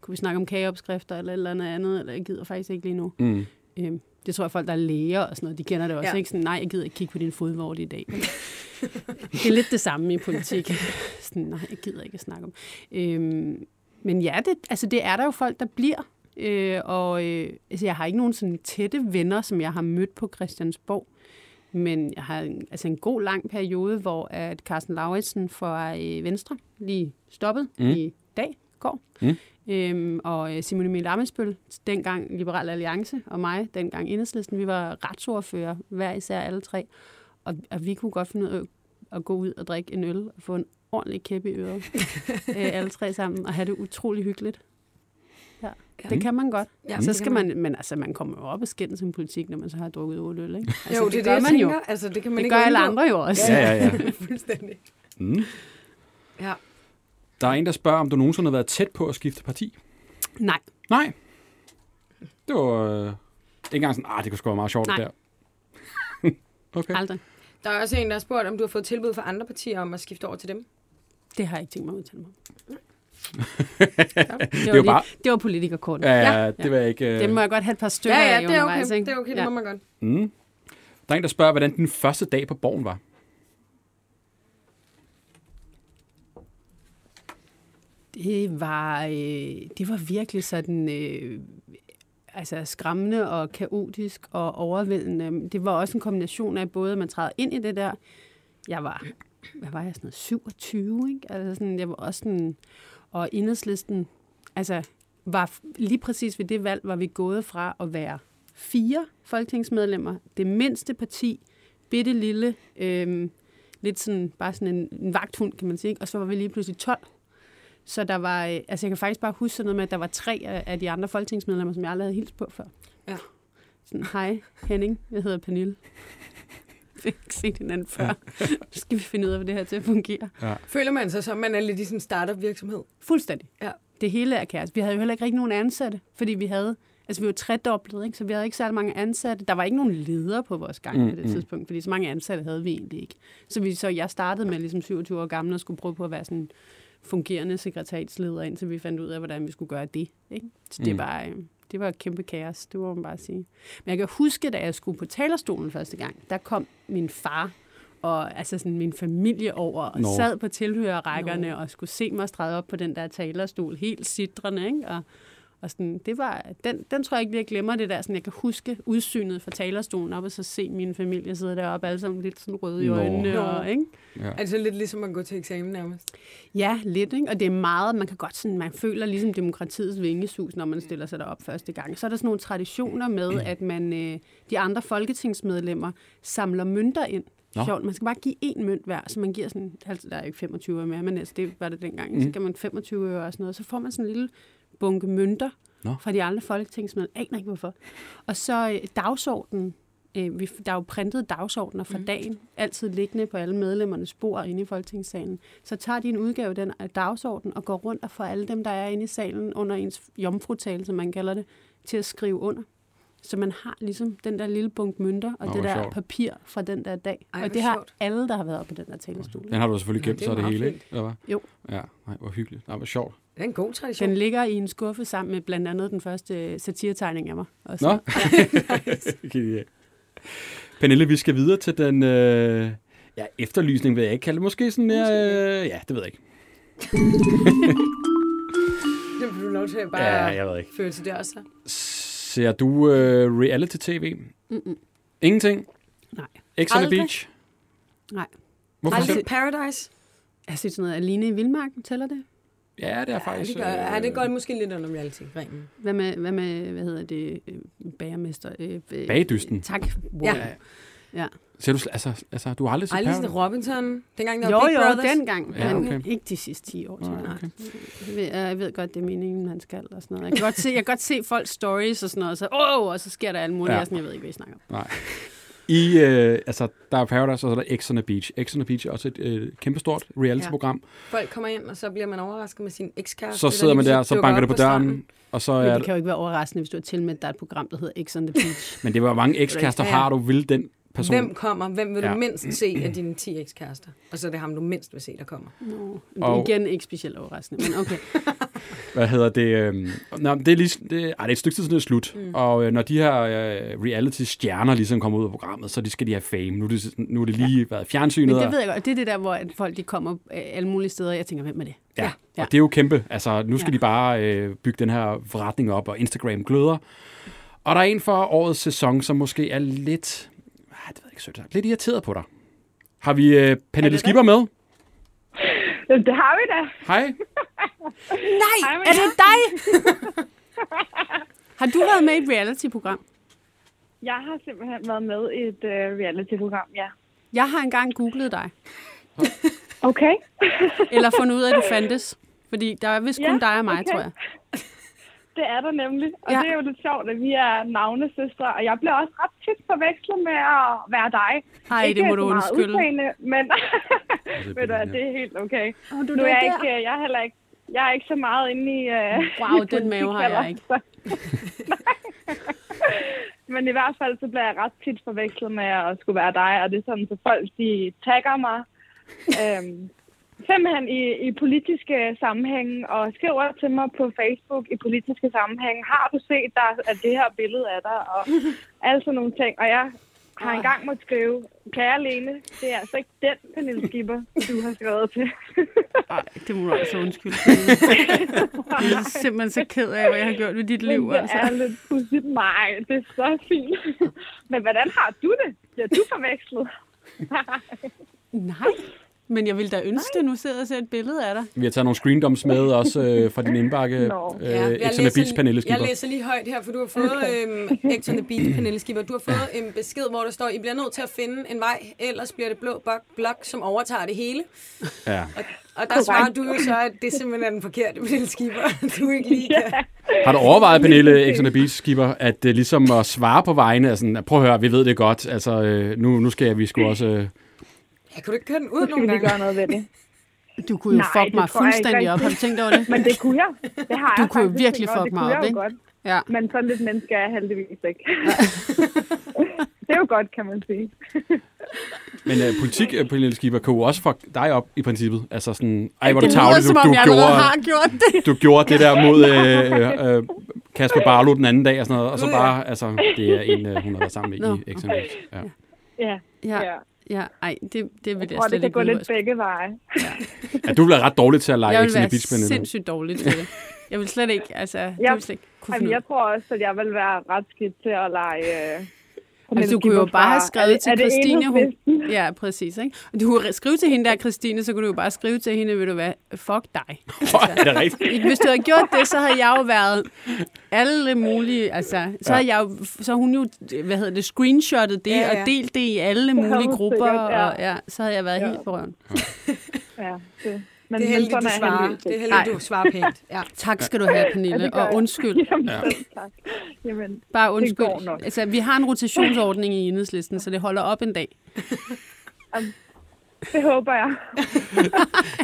S4: kunne vi snakke om kageopskrifter eller et eller andet andet, eller jeg gider faktisk ikke lige nu.
S3: Mm.
S4: Øhm, det tror jeg, folk, der er læger og sådan noget, de kender det også.
S2: Ja.
S4: Ja. Ikke? Sådan, nej, jeg gider ikke kigge på din fodvorte i dag. det er lidt det samme i politik. <laughs> sådan, nej, jeg gider ikke at snakke om. Øhm, men ja, det, altså, det er der jo folk, der bliver. Øh, og øh, altså, jeg har ikke nogen sådan tætte venner, som jeg har mødt på Christiansborg. Men jeg har en, altså en god lang periode, hvor at Carsten Lauritsen fra øh, Venstre lige stoppede mm. i dag, går.
S3: Mm.
S4: Øhm, og øh, Simon Emil Amesbøl, dengang Liberal Alliance, og mig, dengang Enhedslisten, vi var retsordfører, hver især alle tre. Og, og vi kunne godt finde ud af at gå ud og drikke en øl og få en ordentlig kæppe i
S2: <laughs>
S4: øret, øh, alle tre sammen, og have det utrolig hyggeligt. Ja, det kan man godt.
S2: Ja,
S4: Ja,
S2: det
S4: så
S2: kan
S4: skal
S2: man.
S4: man, men altså, man kommer jo op og skændes som politik, når man så har drukket otte øl, ikke? Altså,
S2: Altså, jo, det, det
S4: gør
S2: er det,
S4: man
S2: man
S4: jo.
S2: tænker. Altså, det kan man
S4: Det
S2: ikke
S4: gør alle
S2: undgå.
S4: andre jo også.
S3: Ja, ja, <laughs> ja.
S2: <laughs> Fuldstændig.
S3: Mm.
S2: Ja.
S3: Der er en, der spørger, om du nogensinde har været tæt på at skifte parti.
S4: Nej,
S3: Nej. Det var øh, ikke engang sådan, ah, det kunne sgu være meget sjovt,
S4: Nej.
S3: det der. <laughs> okay.
S4: aldrig.
S2: Der er også en, der har spurgt, om du har fået tilbud fra andre partier om at skifte over til dem.
S4: Det har jeg ikke tænkt mig at udtale mig
S3: <laughs>
S4: om.
S3: det,
S4: Det
S3: var
S4: var,
S3: jo bare,
S4: lige, det var politikerkort. Ja.
S3: ja, ja, det var ikke... Øh,
S4: Den må jeg godt have et par stykker
S2: ja, ja,
S4: af
S2: det er okay.
S4: undervejs, ikke?
S2: Det er okay, det
S4: Ja.
S2: må man godt.
S3: mm. Der er en, der spørger, hvordan din første dag på borgen var.
S4: Det var, øh, det var virkelig sådan øh, altså skræmmende og kaotisk og overvældende. Det var også en kombination af både, at man træder ind i det der. Jeg var, hvad var jeg, sådan noget, 27, ikke? Altså sådan, jeg var også sådan, og enhedslisten, altså var f- lige præcis ved det valg, var vi gået fra at være fire folketingsmedlemmer, det mindste parti, bitte lille, øh, lidt sådan, bare sådan en, en vagthund, kan man sige, ikke? og så var vi lige pludselig 12 så der var, øh, altså jeg kan faktisk bare huske sådan noget med, at der var tre af af de andre folketingsmedlemmer, som jeg aldrig havde hilst på før.
S2: Ja.
S4: Sådan, hej Henning, jeg hedder Pernille. <laughs> Vi har ikke set hinanden før. Nu skal vi finde ud af, hvad det her til at fungere.
S2: Føler man sig som, man er lidt i sådan en startup-virksomhed?
S4: Fuldstændig.
S2: Ja.
S4: Det hele er kaos. Vi havde jo heller ikke rigtig nogen ansatte, fordi vi havde, altså vi var tredoblet, ikke? så vi havde ikke særlig mange ansatte. Der var ikke nogen ledere på vores gang mm, på det tidspunkt, fordi så mange ansatte havde vi egentlig ikke. Så, vi, så jeg startede med ligesom 27 år gammel og skulle prøve på at være sådan fungerende sekretariatsleder, indtil vi fandt ud af, hvordan vi skulle gøre det. Ikke? Så
S3: Mm.
S4: det, var, øh, det var et kæmpe kaos, det må man bare sige. Men jeg kan huske, da jeg skulle på talerstolen første gang, der kom min far og altså sådan min familie over, og
S3: Nå.
S4: sad på tilhørerrækkerne og skulle se mig stræde op på den der talerstol, helt sidrende, ikke? Og, og sådan, det var, den, den tror jeg ikke, lige, jeg glemmer det der, sådan, jeg kan huske udsynet fra talerstolen op, og så se min familie sidde deroppe, alle sammen lidt sådan røde i
S3: Nå.
S4: øjnene, og, ikke?
S2: Altså lidt ligesom at gå til eksamen nærmest.
S4: Ja, lidt, ikke? Og det er meget, man kan godt sådan, man føler ligesom demokratiets vingesus, når man stiller sig derop første gang. Så er der sådan nogle traditioner med, at man, øh, de andre folketingsmedlemmer samler mønter ind.
S3: Nå.
S4: Nå. Sjovt, man skal bare give én mønt hver, så man giver sådan, altså der er jo ikke 25 øre mere, men altså det var det dengang, mm. så gav man 25 øre og sådan noget, så får man sådan en lille bunke mønter
S3: Nå.
S4: Nå. fra de andre folketingsmedlemmer, aner ikke hvorfor. Og så øh, dagsordenen, Øh, vi, der er jo printede dagsordner
S3: Mhm.
S4: fra mm. dagen, altid liggende på alle medlemmernes bord inde i Folketingssalen. Så tager de en udgave af den af dagsorden og går rundt og får alle dem, der er inde i salen under ens jomfrutale, som man kalder det, til at skrive under. Så man har ligesom den der lille bunke mønter og
S3: Nå,
S4: det
S3: hvor
S4: der
S3: sjovt.
S4: papir fra den der dag.
S2: Ej,
S4: og
S2: hvor
S4: det har
S2: sjovt.
S4: alle, der har været på den der talerstol.
S3: Den har du selvfølgelig gemt,
S2: det er
S3: så er det
S2: meget
S3: hele,
S2: fint.
S3: ikke? Eller hvad?
S4: Jo.
S3: Ja, nej, hvor hyggeligt. Nej, hvor sjovt.
S2: Det er en god tradition.
S4: Den ligger i en skuffe sammen med blandt andet den første øh, satiretegning af mig. Og så,
S3: Nå. <laughs> Genialt. Pernille, vi skal videre til den øh, ja, efterlysning, vil jeg ikke kalde det. Måske sådan mere... Øh, ja, det ved jeg ikke.
S2: Den får du lov til at bare
S3: Ja, jeg ved ikke.
S2: føre til dør, så.
S3: Ser du øh, reality-tv?
S4: Mm-mm.
S3: Ingenting?
S4: nej,
S3: X on the
S2: Aldrig.
S3: Beach?
S4: nej.
S3: Hvorfor
S2: Har du
S3: ser
S2: set Paradise?
S4: Jeg har set sådan noget alene i Vildmarken, tæller det?
S3: Ja, det er
S2: Ja,
S3: faktisk...
S2: det gør, ja,
S3: øh,
S2: det går måske lidt under reality-ringen.
S4: Hvad med, hvad med, hvad hedder det, øh, bagermester? Øh, øh,
S3: Bagedysten.
S4: Tak. Wow.
S2: Ja.
S4: Ja. ja.
S3: Ser du, sl- altså, altså, du har aldrig set
S2: Ej, ligesom
S3: Paradise?
S2: Robinson, dengang der
S4: Jo,
S2: var Big
S4: jo,
S2: Brothers.
S4: dengang,
S3: Ja,
S4: ja, men
S3: okay.
S4: ikke de sidste 10 år.
S3: Nej,
S4: Nej,
S3: okay.
S4: okay. jeg, ved, jeg ved godt, det er meningen, han skal og sådan noget. Jeg kan godt se, jeg kan godt se folks stories og sådan noget, og så, oh, og så sker der alt muligt,
S3: Ja.
S4: ja. og sådan, jeg ved ikke, hvad I snakker om.
S3: Nej.
S2: <laughs>
S3: I, øh, altså, der er Paradise, og så er der X on the Beach. X on the Beach er også et øh, kæmpestort reality-program.
S2: Folk kommer ind, og så bliver man overrasket med sin ekskæreste.
S3: Så sidder man
S2: lige
S3: der, så
S2: dukker
S3: banker det
S2: op
S3: på døren,
S2: stranden.
S3: og så øh,
S4: Men
S3: er
S4: det kan jo ikke være overraskende, hvis du har tilmeldt dig et program, der hedder X on the Beach.
S3: Men det var mange ekskærester
S2: Ja, ja.
S3: har du, vil den person...
S2: Hvem kommer? Hvem vil du
S3: Ja.
S2: mindst se af dine 10 ekskærester? Og så er det ham, du mindst vil se, der kommer.
S4: Nå, men
S3: Og-
S4: det er igen ikke specielt overraskende, men okay.
S3: Hvad hedder det? øhm, Nå, men det er, lige, det, ej, det er et stykke tid siden, det er slut. Mm. Og øh, når de her øh, reality-stjerner ligesom kommer ud af programmet, så de skal de have fame. Nu er det, sådan- nu er det lige ja. været fjernsynet.
S4: Men det
S3: og-
S4: ved jeg godt, det er det der, hvor at folk de kommer øh, alle mulige steder, og jeg tænker, hvem er det?
S3: Ja, ja,
S4: Ja.
S3: og det er jo kæmpe. Altså, nu skal ja.
S4: Ja.
S3: de bare øh, bygge den her forretning op, og Instagram gløder. Og der er en fra årets sæson, som måske er lidt... Ah, det ved jeg ikke, sødt sagt. Lidt irriteret på dig. Har vi øh, Pernille Skipper med?
S6: Jamen, det har vi da.
S3: Hej.
S4: Nej, er det dig? <laughs> har du været med i et reality-program?
S6: Jeg har simpelthen været med i et uh, reality-program, ja.
S4: Jeg har engang googlet dig,
S6: Okay.
S4: eller fundet ud af, at du fandtes. Fordi der er vist kun
S6: Ja,
S4: dig og mig,
S6: okay.
S4: tror jeg.
S6: Det er der nemlig. Og
S4: Ja.
S6: ja. det er jo lidt sjovt, at vi er navnesøstre. Og jeg bliver også ret tit forvekslet med at være dig.
S4: Ej, det må
S6: så
S4: du
S6: meget
S4: undskylde.
S6: Udseende, men <laughs> ved du,
S3: billede
S6: hvad,
S3: her.
S6: det er helt okay.
S4: Åh, du
S6: nu
S4: er
S6: er jeg,
S4: der.
S6: ikke, øh, jeg er heller ikke, jeg er ikke så meget inde i... Uh,
S4: Wow,
S6: <laughs>
S4: den mave har jeg ikke.
S6: Men i hvert fald, så bliver jeg ret tit forvekslet med at skulle være dig, og det er sådan, så folk de tagger mig øhm, simpelthen i, i politiske sammenhænge, og skriver til mig på Facebook i politiske sammenhænge, har du set, der er det her billede af dig, og alle sådan nogle ting. Og jeg har engang måttet skrive, kære Lene, det er altså ikke den Pernille Skipper, du har skrevet til.
S4: Ej, det må du altså
S6: <laughs>
S4: undskylde. Jeg er simpelthen så ked af, hvad jeg har gjort ved dit liv.
S6: det
S4: Altså.
S6: er lidt pudsigt. Nej, det er så fint. <laughs> Men hvordan har du det? Bliver du forvekslet?
S4: Nej, men jeg ville da ønske det. Nu sidder jeg og ser et billede af dig.
S3: Vi har taget nogle screendoms med, også øh, fra din indbakke.
S6: Nå.
S3: Øh, ja,
S2: jeg,
S3: Exxon Beach, Pernille
S2: jeg
S3: Skipper.
S2: læser lige højt her, for du har fået
S3: <laughs>
S2: øhm, X on the Beach, Pernille Skipper. Du har fået en besked, hvor der står, I bliver nødt til at finde en vej, ellers bliver det blå blok, blok som overtager det hele.
S3: Ja.
S2: Og der svarer du jo så, at det simpelthen er den forkerte Pernille Skipper, <laughs> du ikke lige kan.
S3: Har du overvejet, Pernille, Exxon Beach skipper, at øh, ligesom at svare på vegne af sådan, at prøv at høre, vi ved det godt, altså øh, nu, nu skal jeg, vi sgu også... Øh,
S2: Ja, kunne du ikke køre den ud
S6: Skal
S2: nogle
S6: vi
S2: gange?
S6: lige gøre noget ved det?
S4: Du kunne jo
S6: Nej,
S4: fuck
S6: det
S4: mig
S6: tror jeg
S4: fuldstændig
S6: ikke
S4: op.
S6: rigtig.
S4: Har du tænkt over det?
S6: Men det kunne jeg. Det har
S4: Du
S6: jeg
S4: kunne
S6: faktisk
S4: virkelig
S6: tænkt
S4: fuck
S6: over. Det
S4: mig op,
S6: kunne jeg jo
S4: ikke?
S6: Godt.
S4: Ja.
S6: Men sådan lidt menneske er jeg heldigvis ikke.
S4: <laughs>
S6: det er jo godt, kan man sige.
S3: men øh, politik, øh, Pernille Skipper, kan jo også fuck dig op i princippet. Altså sådan, ej, <laughs> hvor du
S4: det lyder,
S3: tavlig, du,
S4: som om
S3: du,
S4: jeg allerede
S3: gjorde,
S4: har gjort det.
S3: du gjorde det der mod øh, øh, øh, Kasper Barlow den anden dag, og sådan noget, og så bare, altså, det er en, øh, hun har været sammen med
S4: Nå,
S3: i Exxon Beach. Ja.
S6: Ja.
S4: Ja.
S6: ja.
S4: Ja, ej, det, det vil jeg,
S7: Jeg tror,
S4: slet
S7: det kan
S4: ikke
S7: gå
S4: vide,
S7: lidt
S4: hvor jeg
S7: begge veje.
S3: Ja, du bliver ret dårlig til at
S4: skulle-
S3: lege
S4: Jeg vil
S3: Exxon
S4: være
S3: Beach med nu.
S4: sindssygt dårlig til
S3: <laughs>
S4: det. Jeg vil slet ikke, altså, det vil jeg slet ikke kunne
S7: Altså,
S4: finde ud af.
S7: jeg tror også, at jeg vil være ret skidt til at lege... Øh,
S4: Altså, du
S7: Pernille
S4: kunne jo
S7: Skipper
S4: bare have
S7: fra-
S4: skrevet
S7: Er
S4: til
S7: det- er det
S4: Christine, hun...
S7: Enhedslisten?
S4: Ja, præcis, ikke? Og du kunne skrive til hende der, Christine, så kunne du jo bare skrive til hende, vil du være, fuck dig.
S3: Er det rigtigt?
S4: Hvis du havde gjort det, så havde jeg jo været alle mulige, altså, så havde jeg jo, så havde hun jo, hvad hedder det, screenshotet det,
S2: Ja,
S4: ja,
S2: ja.
S4: ja. og delt det i alle
S7: havde
S4: mulige
S7: hun
S4: grupper,
S7: sikkert, ja.
S4: og ja, så havde jeg været ja.
S7: Ja.
S4: helt på røven.
S7: Ja, det. Men,
S2: Det er heldigt,
S7: men
S2: du
S7: sådan er jeg
S2: svarer.
S7: heldigvis
S2: Det er
S7: ikke.
S4: Nej.
S2: heldigt, du svarer pænt. Ja.
S4: Tak skal du have,
S7: Ja,
S4: Pernille,
S7: det gør
S4: og
S7: jeg. <laughs>
S4: undskyld.
S7: Jamen, Ligesom selv tak. Jamen,
S4: Bare
S7: Det går
S4: undskyld.
S7: nok.
S4: Altså, vi har en rotationsordning i enhedslisten, så det holder op en dag.
S7: det håber jeg.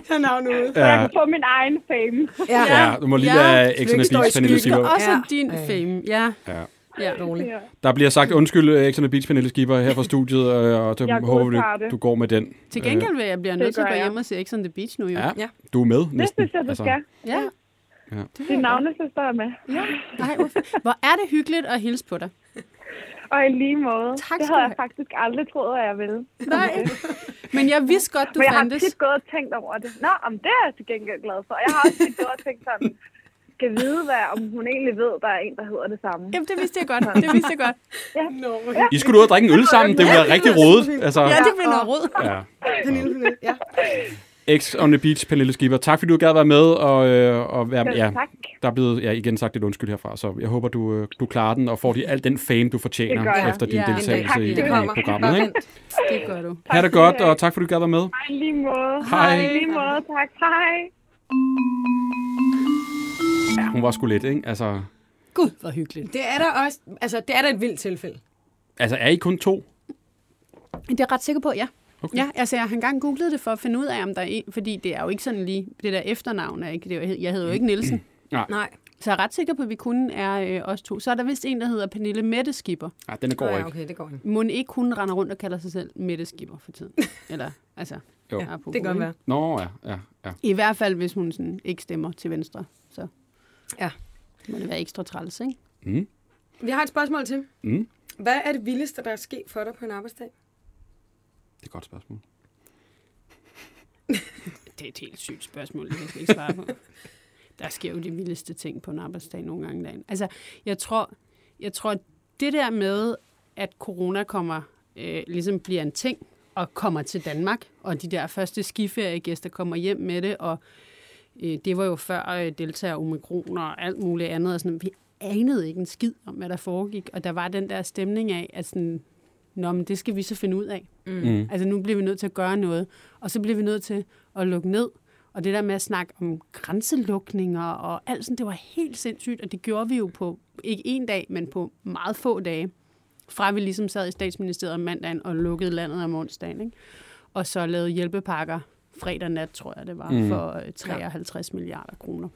S2: Så er navnet ude.
S7: Så
S3: Ja,
S7: jeg kan få min egen fame.
S2: Ja. ja.
S3: ja, du må lige
S4: Ja.
S3: lade Exxon
S2: Lykke står i
S3: Beach Pernille
S2: skyggen.
S4: Og
S3: Skipper.
S4: også
S2: Ja.
S4: din
S2: Ej.
S4: fame, ja.
S3: Ja.
S4: ja.
S2: Dårligt.
S7: Ja.
S3: Der bliver sagt undskyld øh, Exxon Beach Pernille Skipper her fra studiet, øh, og det
S7: Jeg
S3: håber vi,
S7: godtager det.
S3: du går med den.
S4: Til gengæld vil jeg blive
S7: det
S4: nødt til at
S7: gør
S4: gå
S7: jeg.
S4: hjem og se X on the Beach nu, jo.
S3: Ja,
S2: Ja.
S3: du er med næsten. Altså,
S7: Det synes jeg, du skal.
S4: ja.
S7: Din navnesøster er med.
S4: Ej, hvor fedt. hvor er det hyggeligt at hilse på dig.
S7: Og i lige måde.
S4: Tak
S7: det
S4: skal
S7: havde
S4: du
S7: jeg
S4: have.
S7: faktisk aldrig troet, at jeg ville.
S4: Nej. Men jeg vidste godt, du
S7: Men jeg har
S4: fandtes.
S7: tit gået og tænkt over det. Nå, om det er jeg til gengæld glad for. Og Jeg har også tit gået og tænkt sådan, skal vide, hvad, om hun egentlig ved, der er en, der hedder det samme.
S4: Jamen, det vidste jeg godt. Det vidste jeg godt.
S2: Nå,
S3: I skulle ud og drikke en øl sammen, det ville være rigtig rodet. Altså,
S4: Ja, det blev noget råd.
S7: <laughs>
S3: ja.
S2: Pernille, ja.
S3: X on the Beach, Pernille Skipper. Tak fordi du gad være med, og, øh, og være, ja,
S7: Ja. Tak.
S3: der er blevet ja, igen sagt et undskyld herfra, så jeg håber, du, øh, du klarer den og får de, al den fame, du fortjener
S7: Det gør jeg.
S3: efter din
S4: Ja, en dag.
S3: deltagelse i, i
S2: Det kommer.
S3: programmet.
S2: Bare
S3: Ikke?
S2: vent.
S4: Det gør du.
S3: Ha' det
S7: skal I
S3: godt,
S7: have.
S3: og tak fordi du gad være med.
S7: Hej, i lige måde.
S3: Hej.
S7: I lige måde. Tak. Hej.
S3: Ja, hun var sgu lidt, ikke? Altså,
S4: Gud, hvor hyggeligt.
S2: Det er da også, altså det er da et vildt tilfælde.
S3: altså er I kun to?
S4: Det er jeg ret sikker på, ja.
S3: Okay.
S4: Okay. Ja, altså jeg har engang googlet det for at finde ud af, om der er en, fordi det er jo ikke sådan lige, det der efternavn er ikke, det er, jo- jeg hedder jo ikke Nielsen.
S2: Nej.
S4: Så jeg er ret sikker på, at vi kun er øh, os to. Så er der vist en, der hedder Pernille Mette Skipper.
S3: Nej, den går
S2: Nå, ja,
S3: ikke.
S2: okay, det går ikke.
S4: Må ikke hun render rundt og kalder sig selv Mette Skipper for tiden? Eller, altså,
S3: Jo.
S2: Ja,
S4: apropos,
S2: det kan godt
S4: ikke?
S2: være.
S3: Nå, ja, ja, ja.
S4: I hvert fald, hvis hun sådan ikke stemmer til venstre, så
S2: Ja.
S4: må det være ekstra træls, ikke?
S2: Vi har et spørgsmål til.
S3: Mm.
S2: Hvad er det vildeste, der er sket for dig på en arbejdsdag?
S3: Det er et godt spørgsmål.
S4: Det er et helt sygt spørgsmål, det kan jeg slet ikke <laughs> svare på. Der sker jo de vildeste ting på en arbejdsdag nogle gange i dagen. Altså, jeg tror, jeg tror det der med, at corona kommer, øh, ligesom bliver en ting, og kommer til Danmark, og de der første skiferiegæster kommer hjem med det, og øh, det var jo før øh, deltager omikron og alt muligt andet, og sådan, vi anede ikke en skid om, hvad der foregik, og der var den der stemning af, at sådan, Nå, men det skal vi så finde ud af.
S3: Mm.
S4: Altså nu bliver vi nødt til at gøre noget, og så bliver vi nødt til at lukke ned. Og det der med at snakke om grænselukninger og alt sådan, det var helt sindssygt, og det gjorde vi jo på ikke en dag, men på meget få dage, fra vi ligesom sad i statsministeriet om mandagen og lukkede landet om onsdagen, ikke? og så lavede hjælpepakker fredag nat, tror jeg det var,
S3: Mm.
S4: mm. for øh, 53 milliarder kroner.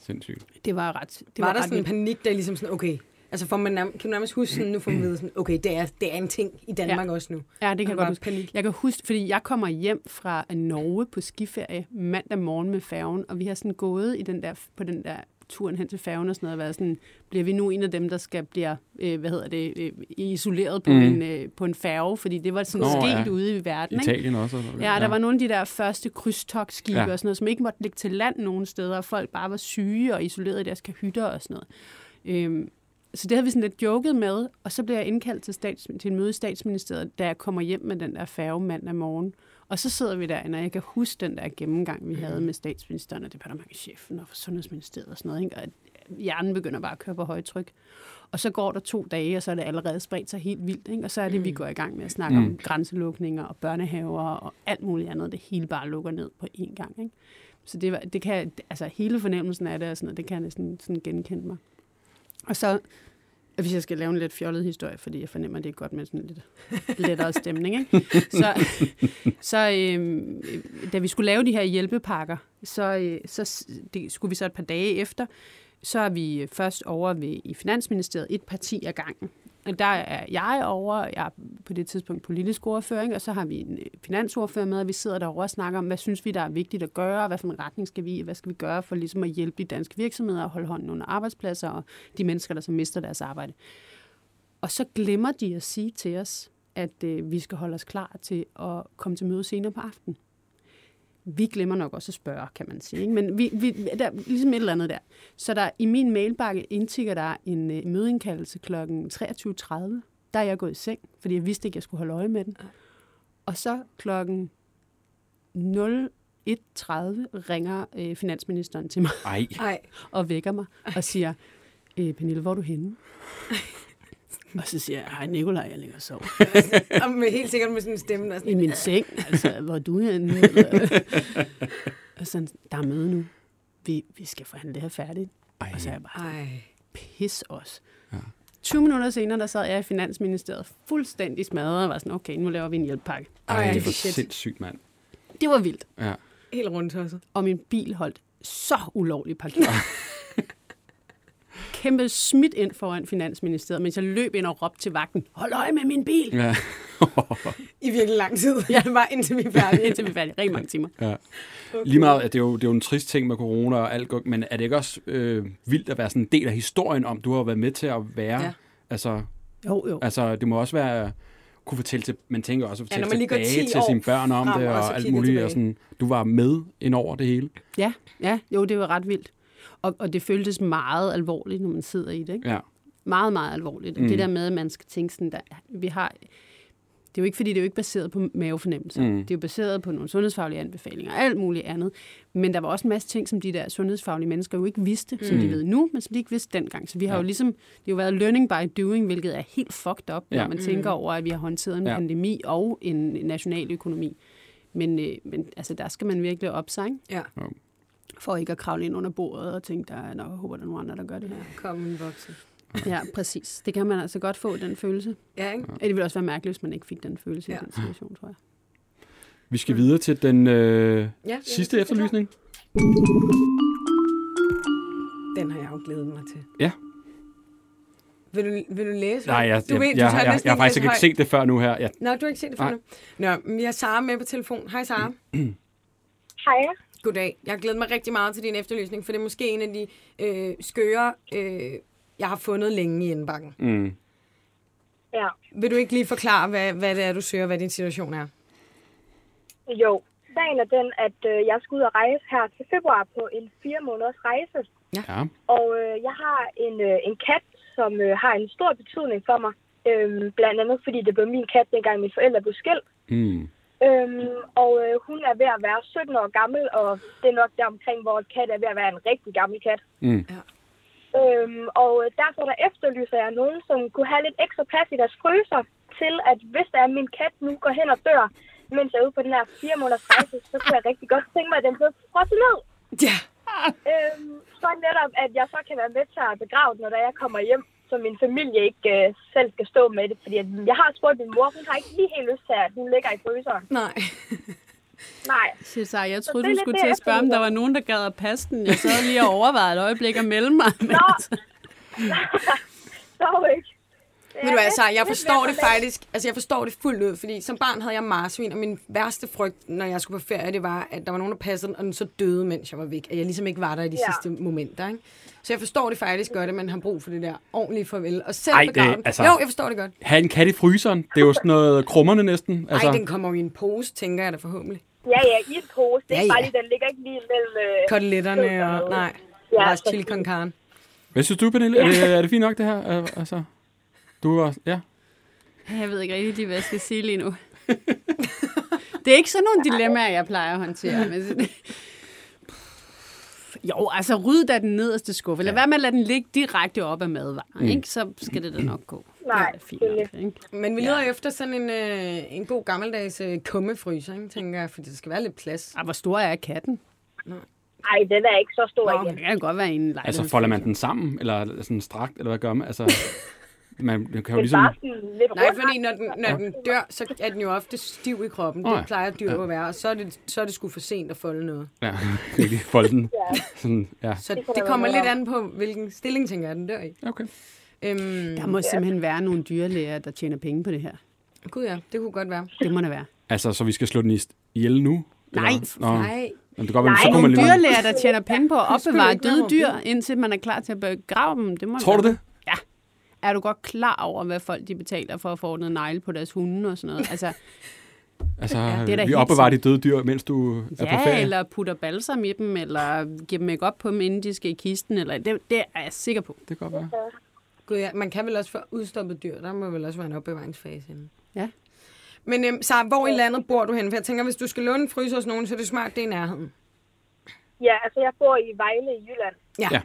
S3: Sindssygt.
S4: Det var ret det
S2: Det var, var der
S4: ret
S2: sådan en
S4: vildt.
S2: panik, der ligesom sådan, okay, altså får man nærmest, kan man nærmest huske sådan, nu får man ved sådan, okay, det er, det er en ting i Danmark ja. også nu.
S4: Ja, det kan
S2: var
S4: jeg godt huske.
S2: panik.
S4: Jeg kan huske, fordi jeg kommer hjem fra Norge på skiferie mandag morgen med færgen, og vi har sådan gået i den der, på den der turen hen til færgen og sådan noget, og været sådan, bliver vi nu en af dem, der skal blive, øh, hvad hedder det, øh, isoleret på,
S3: Mm.
S4: mm. en, øh, på en færge, fordi det var sådan
S3: Nå,
S4: Nå, sket
S3: ja.
S4: ja. ude i verden. Ikke?
S3: Italien også. Eller? hvad?
S4: Ja, der var nogle af de der første krydstogsskibe
S3: Ja.
S4: ja. og sådan noget, som ikke måtte ligge til land nogen steder, og folk bare var syge og isoleret i deres kahytter og sådan noget. Øhm, så det havde vi sådan lidt joket med, og så blev jeg indkaldt til, stats, til en møde i statsministeriet, da jeg kommer hjem med den der færge mandag morgen. Og så sidder vi derinde, og jeg kan huske den der gennemgang, vi havde med statsministeren og departementchefen og sundhedsministeriet og sådan noget. Ikke? Og hjernen begynder bare at køre på højtryk. Og så går der to dage, og så er det allerede spredt sig helt vildt. Ikke? Og så er det, vi går i gang med at snakke mm. om grænselukninger og børnehaver og alt muligt andet. Det hele bare lukker ned på én gang. Ikke? Så det, var- det kan, altså hele fornemmelsen af det, og sådan noget, det kan jeg næsten sådan genkende mig. Og så, hvis jeg skal lave en lidt fjollet historie, fordi jeg fornemmer, det er godt med sådan lidt lettere stemning, ikke? så, så øhm, øh, da vi skulle lave de her hjælpepakker, så, øh, så s- det, skulle vi så et par dage efter, så er vi øh, først over ved, i Finansministeriet et parti ad gangen. Og der er jeg over, og jeg er på det tidspunkt politisk ordfører, ikke? og så har vi en øh, finansordfører med, og vi sidder derovre og snakker om, hvad synes vi, der er vigtigt at gøre, og hvad for en retning skal vi i, og hvad skal vi gøre for ligesom at hjælpe de danske virksomheder og holde hånden under arbejdspladser og de mennesker, der så mister deres arbejde. Og så glemmer de at sige til os, at øh, vi skal holde os klar til at komme til møde senere på aftenen. Vi glemmer nok også at spørge, kan man sige. Ikke? Men vi, vi, der er ligesom et eller andet der. Så der i min mailbakke indtigger der en øh, mødeindkaldelse kl. 23.30. Der er jeg gået i seng, fordi jeg vidste ikke, jeg skulle holde øje med den. Og så klokken 01.30 ringer øh, finansministeren til mig
S3: Ej,
S2: Nej,
S4: og vækker mig og siger, øh, Pernille, hvor er du henne? og så siger jeg, hej Nikolaj, jeg ligger og sover
S2: og med, helt sikkert med sådan en stemme. Der
S4: i
S2: sådan,
S4: min seng. Altså, hvor er du henne? <laughs> og sådan, der er møde nu. Vi, vi skal forhandle det her færdigt. Ej. Og så er jeg bare,
S2: Ej.
S4: pis os. Ja. 20 minutter senere, der sad jeg i Finansministeriet fuldstændig smadret og var sådan, okay, nu laver vi en hjælpepakke.
S3: ej,
S2: Ej,
S3: det er
S2: shit.
S3: sindssygt, mand.
S4: Det var vildt.
S3: Ja.
S2: Helt rundt også.
S4: og min bil holdt så ulovligt parkeret. <laughs> Kæmpe smidt ind foran Finansministeriet, mens jeg løb ind og råbte til vagten, hold øje med min bil,
S3: ja.
S2: I virkelig lang tid. Ja, <laughs> bare indtil vi er færdige.
S4: indtil vi faldt rigtig mange timer.
S3: Lige meget, at det er, jo, det er jo en trist ting med corona og alt, går- men er det ikke også øh, vildt at være sådan en del af historien om, du har været med til at være, ja.
S2: Ja.
S3: altså,
S4: Jo, jo.
S3: altså det må også være, kunne fortælle til, man tænker også at
S2: Ja, når
S3: fortælle
S2: man lige går
S3: ja,
S2: 10
S3: tilbage til
S2: år
S3: sine børn om
S2: frem,
S3: det
S2: og så
S3: og alt
S2: kigger
S3: muligt, og
S2: tilbage.
S3: sådan, du var med ind over det hele.
S4: Ja, ja, jo, det var ret vildt. Og, og det føltes meget alvorligt, når man sidder i det. Ikke?
S3: Ja,
S4: Meget, meget alvorligt.
S3: Mm.
S4: Mm. Det der med, at man skal tænke sådan, der, vi har... Det er jo ikke, fordi det er jo ikke baseret på mavefornemmelser.
S3: Mm.
S4: Mm. Det er jo baseret på nogle sundhedsfaglige anbefalinger og alt muligt andet. Men der var også en masse ting, som de der sundhedsfaglige mennesker jo ikke vidste, mm. som de
S3: Mm.
S4: ved nu, men som de ikke vidste dengang. Så vi har
S3: Ja.
S4: jo ligesom, det har jo været learning by doing, hvilket er helt fucked up,
S3: Ja.
S4: når man tænker over, at vi har håndteret en
S3: Ja.
S4: ja. pandemi og en national økonomi. Men, øh, men altså, der skal man virkelig op sig, ikke?
S2: Ja,
S4: for ikke at kravle ind under bordet og tænke, der er nok, jeg håber, der er nogen andre, der gør det
S7: <laughs>
S4: her.
S2: kom en voksen.
S4: Ja, præcis. Det kan man altså godt få, den følelse.
S2: Ja, ikke?
S4: Ja. Det ville også være mærkeligt, hvis man ikke fik den følelse ja.
S2: Ja.
S4: i den situation, tror jeg.
S3: vi skal videre til den øh,
S2: Mm. Ja,
S3: sidste efterlysning.
S2: Den har jeg jo glædet mig til.
S3: Ja.
S2: Vil du, vil du læse?
S3: Nej, jeg,
S2: du
S3: jeg,
S2: ved,
S3: jeg,
S2: du
S3: jeg,
S2: tør
S3: jeg,
S2: næsten
S3: jeg har faktisk
S2: læse
S3: ikke
S2: højt.
S3: set det før nu her. Jeg,
S2: Nå, du har ikke set det før
S3: Nej. Mm.
S2: nu. Nå, men vi har Sara med på telefon. Hej Sara.
S7: Hej.
S2: Goddag. Jeg glæder mig rigtig meget til din efterlysning, for det er måske en af de øh, skøre, øh, jeg har fundet længe i indbakken.
S3: mm,
S7: Ja.
S2: Vil du ikke lige forklare, hvad, hvad det er, du søger, hvad din situation er?
S7: Jo. Sagen er den, at øh, jeg skal ud og rejse her til februar på en fire måneders rejse.
S3: ja.
S7: Og øh, jeg har en, øh, en kat, som øh, har en stor betydning for mig. Øhm, blandt andet fordi det blev min kat, dengang mine forældre blev skilt.
S3: Mm,
S7: Øhm, og øh, hun er ved at være 17 år gammel, og det er nok deromkring, hvor en kat er ved at være en rigtig gammel kat.
S3: mm,
S7: Øhm, og øh, derfor der efterlyser jeg nogen, som kunne have lidt ekstra plads i deres fryser, til at hvis der er min kat nu går hen og dør, mens jeg er ude på den her fire måneders rejse, så kunne jeg rigtig godt tænke mig, at den blev frosset ned.
S2: Ja.
S7: Øhm, så netop, at jeg så kan være med til at begrave den, når jeg kommer hjem, så min familie ikke øh, selv skal stå med det. Fordi at jeg har spurgt min mor, hun har ikke lige helt lyst til, at hun ligger i fryseren.
S2: Nej.
S7: Nej.
S4: Siger Sarah, jeg
S7: det
S4: troede,
S7: er
S4: du
S7: lidt
S4: skulle
S7: det,
S4: til at
S7: jeg
S4: spørge, om der
S7: tænker.
S4: var nogen, der gad at passe den. Jeg sad lige og overvejede et øjeblik at melde mig. Men
S7: Nå.
S4: altså,
S7: Dog ikke. Det
S2: Ved du
S7: er
S2: hvad,
S7: lidt-
S2: Sara, jeg
S7: lidt
S2: forstår
S7: mere
S2: det faktisk, altså jeg forstår det fuldt ud, fordi som barn havde jeg marsvin, og min værste frygt, når jeg skulle på ferie, det var, at der var nogen, der passede den, og den så døde, mens jeg var væk, at jeg ligesom ikke var der i de
S7: Ja.
S2: sidste momenter, ikke? Så jeg forstår det faktisk godt, at man har brug for det der ordentlige farvel, og selv
S3: Ej, det-
S2: begraven.
S3: altså-
S2: Jo, jeg forstår det godt.
S3: Have en kat i fryseren, det er jo sådan noget krummerne næsten. Altså-
S2: Ej, den kommer jo i en pose, tænker jeg da forhåbentlig.
S7: Ja, ja, i en pose.
S2: Ja,
S7: Det er ja, ja. bare
S2: ja.
S7: lige, den ligger ikke lige mellem... Øh,
S2: Koteletterne og, nej,
S7: Ja,
S2: ja, også
S7: præcis.
S2: chili con carne.
S3: Hvad synes du, Pernille? Er det, er det fint nok, det her? Er- Altså, du var... Ja.
S4: <laughs> jeg ved ikke rigtig lige, hvad jeg skal sige lige nu. Det er ikke sådan nogle dilemmaer, jeg plejer at håndtere. Men... sådan- Jo, altså ryd da den nederste skuffe. Lad være med at lade den ligge direkte op af madvarer, ikke? Så skal det da nok gå.
S7: Mm. Nej,
S4: det er fint nok, ikke?
S2: Men vi leder jo efter sådan en, øh, en god gammeldags øh, kummefryser, ikke, tænker jeg, for der skal være lidt plads.
S4: Ej, Ah, hvor stor er katten?
S7: Ej, den er ikke så stor
S4: Nå,
S7: igen.
S4: det kan jo godt være i en lejlighed.
S3: Altså, folder man den sammen, eller sådan strakt, eller hvad gør man? <laughs> Altså, man kan jo
S7: Det er
S3: ligesom...
S7: bare sådan lidt
S2: Nej,
S7: rundt.
S2: fordi når den, når den dør, så er den jo ofte stiv i kroppen.
S3: Nå ja.
S2: Det plejer dyr jo at være, og så er det, så er det sgu for sent at folde noget.
S3: Ja, <laughs> virkelig folde den. Sådan, ja.
S2: Så det,
S7: kan der
S2: kommer
S7: være
S2: lidt
S7: noget
S2: an på, hvilken stilling, tænker jeg, den dør i.
S3: Okay.
S2: Øhm,
S4: Der må simpelthen være nogle dyrlæger, der tjener penge på det her.
S2: gud ja, det kunne godt være.
S4: Det må der være.
S3: Altså, så vi skal slå den i- ihjel nu?
S4: Nej,
S3: Nå,
S2: Nej,
S3: Jamen, det kan godt være, så kunne
S7: Nej,
S3: man
S4: Nogle
S3: lige...
S4: dyrlæger, der tjener penge på at
S2: Det skulle
S4: opbevare
S2: ikke være
S4: døde
S2: mobil.
S4: dyr, indtil man er klar til at begrave dem. Det må der
S3: Tror du
S4: være.
S3: det?
S4: er du godt klar over, hvad folk de betaler for at få ordnet negle på deres hunde og sådan
S3: <laughs>
S4: noget? Altså,
S3: Altså,
S4: Ja,
S3: ja,
S4: det er da
S3: vi
S4: helt
S3: opbevarer de
S4: sikkert.
S3: døde dyr, mens du er på
S4: ja,
S3: ferie.
S4: eller putter balsam i dem, eller giver dem make op på dem, inden de skal i kisten. Eller, det, det er jeg sikker på.
S3: Det kan godt være.
S2: Gud, ja. Man kan vel også få udstoppet dyr. Der må vel også være en opbevaringsfase inden.
S4: Ja.
S2: Men øhm, Sara, hvor i landet bor du henne? For jeg tænker, hvis du skal låne en fryser hos nogen, så er det smart, det er i nærheden.
S7: Ja, altså jeg bor i Vejle i Jylland.
S2: Ja.
S3: Ja.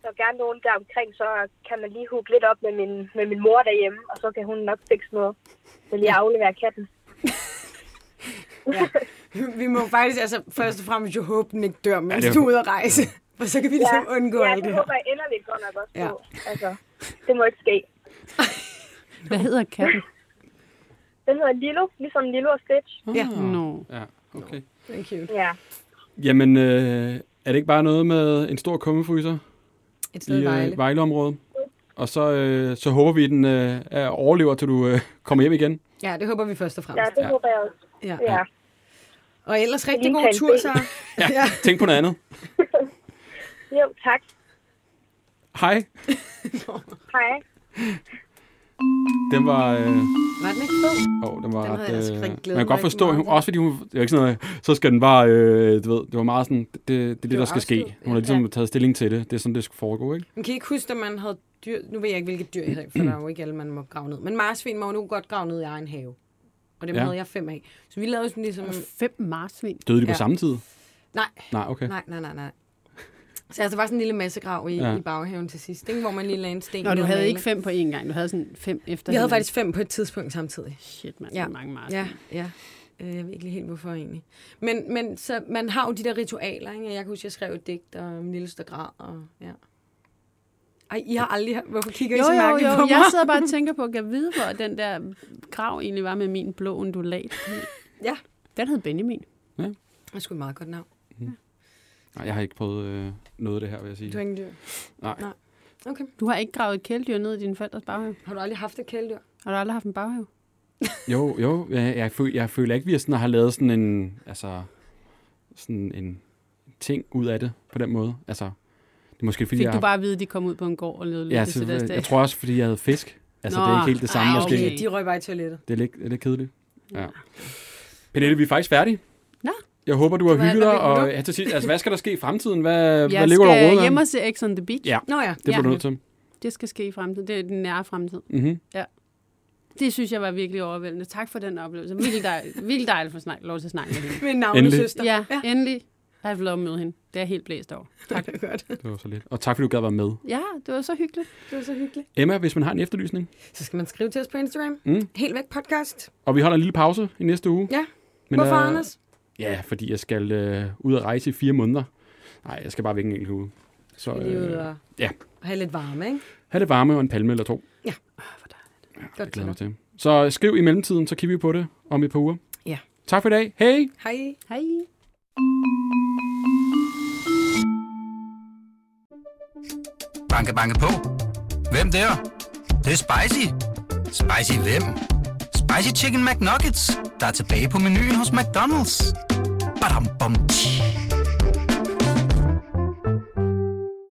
S7: Så gerne nogen der omkring, så kan man lige hugge lidt op med min, med min mor derhjemme, og så kan hun nok fikse noget. Så lige aflevere katten.
S2: Vi må faktisk altså først og fremmest jo håbe, den ikke dør, mens
S3: Ja,
S2: ja,
S3: det-
S2: du er ude at rejse. For så kan vi ligesom <laughs> undgå
S7: ja,
S2: alt det
S7: det
S2: her.
S7: håber jeg inderligt godt nok også
S2: Ja.
S7: ja. på. Altså, det må ikke ske.
S4: Hvad hedder katten?
S7: Den hedder Lilo, ligesom Lilo og Stitch.
S2: Ja.
S3: Ah.
S4: Nå.
S3: Ja, okay.
S2: Thank you.
S7: Ja.
S3: Jamen, øh, er det ikke bare noget med en stor kummefryser
S2: Et sted
S3: i
S2: Vejle.
S3: øh, Vejleområdet? Og så, øh, så håber vi, at den øh, er- overlever, til du øh, kommer hjem igen.
S2: Ja, det håber vi først og
S7: ja,
S2: fremmest.
S7: det
S3: Ja.
S7: håber jeg også.
S2: Ja.
S7: Ja.
S2: Og ellers rigtig
S7: Lige
S2: god
S7: kan
S2: tur,
S7: se.
S2: så.
S3: Ja, tænk på noget andet.
S7: Jo, tak.
S3: Hej.
S7: Hej.
S3: Den var... Øh,
S2: Var den ikke fed?
S3: Oh, den var
S2: Den
S3: den
S2: havde jeg altså
S3: ret, øh,
S2: rigtig
S3: man
S2: glædet
S3: kan
S2: mig
S3: godt
S2: rigtig
S3: forstå,
S2: meget
S3: hun,
S2: til.
S3: også fordi hun, det var ikke sådan noget, så skal den bare, øh, du ved, det var meget sådan, det, det, det er det,
S2: var
S3: der skal ske.
S2: afsluttet,
S3: Hun har
S2: ja.
S3: ligesom taget stilling til det, det er sådan, det skulle foregå, ikke?
S2: Man kan I ikke huske, at man havde dyr... Nu ved jeg ikke, hvilke dyr jeg havde, for der er jo ikke alle, man må grave ned. Men marsvin må jo nu godt grave ned i egen have. Og dem
S3: Ja.
S2: ja. havde jeg fem af. Så vi lavede sådan ligesom...
S4: Fem marsvin.
S3: Døde de på
S2: Ja.
S3: samme tid?
S2: Nej,
S3: Nej, okay.
S2: nej, nej, nej, nej. Så altså, der var sådan en lille massegrav i,
S3: Ja.
S2: ja. i baghaven til sidst, ikke? hvor man lige lagde en sten.
S4: Nå,
S2: ned
S4: du
S2: og
S4: havde
S2: malede.
S4: ikke fem på én gang. Du havde sådan fem efter
S2: Vi havde
S4: hinanden.
S2: faktisk fem på et tidspunkt samtidig.
S4: Shit, mand.
S2: Ja.
S4: Ja. Mange marsvin.
S2: Ja, ja. Øh, Jeg ved ikke lige helt, hvorfor egentlig. Men, men så, man har jo de der ritualer, ikke? Jeg kan huske, jeg skrev et digt og min lille græd, og ja. Ej, I har aldrig... Hvorfor kigger I
S4: Jo,
S2: så
S4: jo,
S2: mærkeligt på
S4: jo.
S2: mig?
S4: Jeg sidder bare og tænker på, at jeg vide, hvor den der grav egentlig var med min blå undulat.
S2: Ja.
S4: Den hed Benjamin.
S2: Det er sgu et meget godt navn.
S3: Nej, jeg har ikke prøvet øh, noget af det her, vil jeg sige.
S2: Du har ingen dyr.
S3: Nej.
S2: Nej. Okay.
S4: Du har ikke gravet et kæledyr ned i dine forældres baghave.
S2: Har du aldrig haft et kæledyr?
S4: Har du aldrig haft en baghave?
S3: Jo, jo, jeg, jeg, føler, jeg føler ikke, vi er sådan, har lavet sådan en, altså, sådan en ting ud af det, på den måde. Altså, det er måske fordi,
S4: Fik
S3: jeg,
S4: du bare at vide, at de kom ud på en gård og levede
S3: ja,
S4: lykke til deres
S3: så,
S4: dag?
S3: jeg tror også, fordi jeg havde fisk. Altså, Nå, det er
S4: Nå,
S3: ikke helt det samme,
S4: ej,
S3: måske.
S4: okay.
S2: De røg bare i toilettet.
S3: Det er lidt, det er lidt kedeligt. Ja. Pernille, vi er faktisk færdige.
S4: Nå.
S3: Jeg håber, du har
S2: var alt,
S3: hygget
S2: hvad
S3: dig.
S2: vi kunne
S3: Og
S2: nå.
S3: ja, til sidst, altså, hvad skal der ske i fremtiden? Hvad,
S4: jeg
S3: hvad ligger du og
S4: skal
S3: råder?
S4: hjem og se X on the Beach.
S3: Ja.
S2: Nå ja.
S3: Det bliver
S4: Ja.
S3: du nødt til.
S4: Det skal ske i fremtiden. Det er den nære fremtid.
S3: Mm-hmm.
S4: Det synes jeg var virkelig overvældende. Tak for den oplevelse. Virkelig
S2: <laughs>
S4: dejligt, virkelig dejligt at få snak, lov til at snakke med hende.
S2: Min
S3: Endelig.
S2: navnesøster.
S4: Ja,
S2: ja.
S4: ja. endelig har jeg fået lov at møde hende. Det er jeg helt blæst over.
S2: Tak. Det er godt.
S3: Det var så lidt. Og tak, fordi du gad være med.
S4: Ja, det var så hyggeligt.
S2: Det var så hyggeligt.
S3: Emma, hvis man har en efterlysning,
S2: Så skal man skrive til os på Instagram.
S3: Mm.
S2: Helt væk podcast.
S3: og vi holder en lille pause i næste uge.
S2: Ja. Hvorfor,
S3: øh,
S2: Anders?
S3: Ja, fordi jeg skal øh, ud og rejse i fire måneder. Nej, jeg skal bare væk en enkelt uge. Så
S2: Lige ud
S3: øh,
S2: og
S3: ja.
S2: have lidt varme, ikke?
S3: have det varme og en palme eller to.
S2: Godt
S3: Jeg glæder mig
S2: til dig.
S3: til. Så skriv i mellemtiden, så kigger vi på det om et par uger.
S2: Ja.
S3: Tak for i dag. Hej!
S2: Hej.
S4: Hej.
S1: Banke, banke på. Hvem der? Det, det er spicy. Spicy hvem? Spicy Chicken McNuggets, der er tilbage på menuen hos McDonald's. Badum, bom, tji.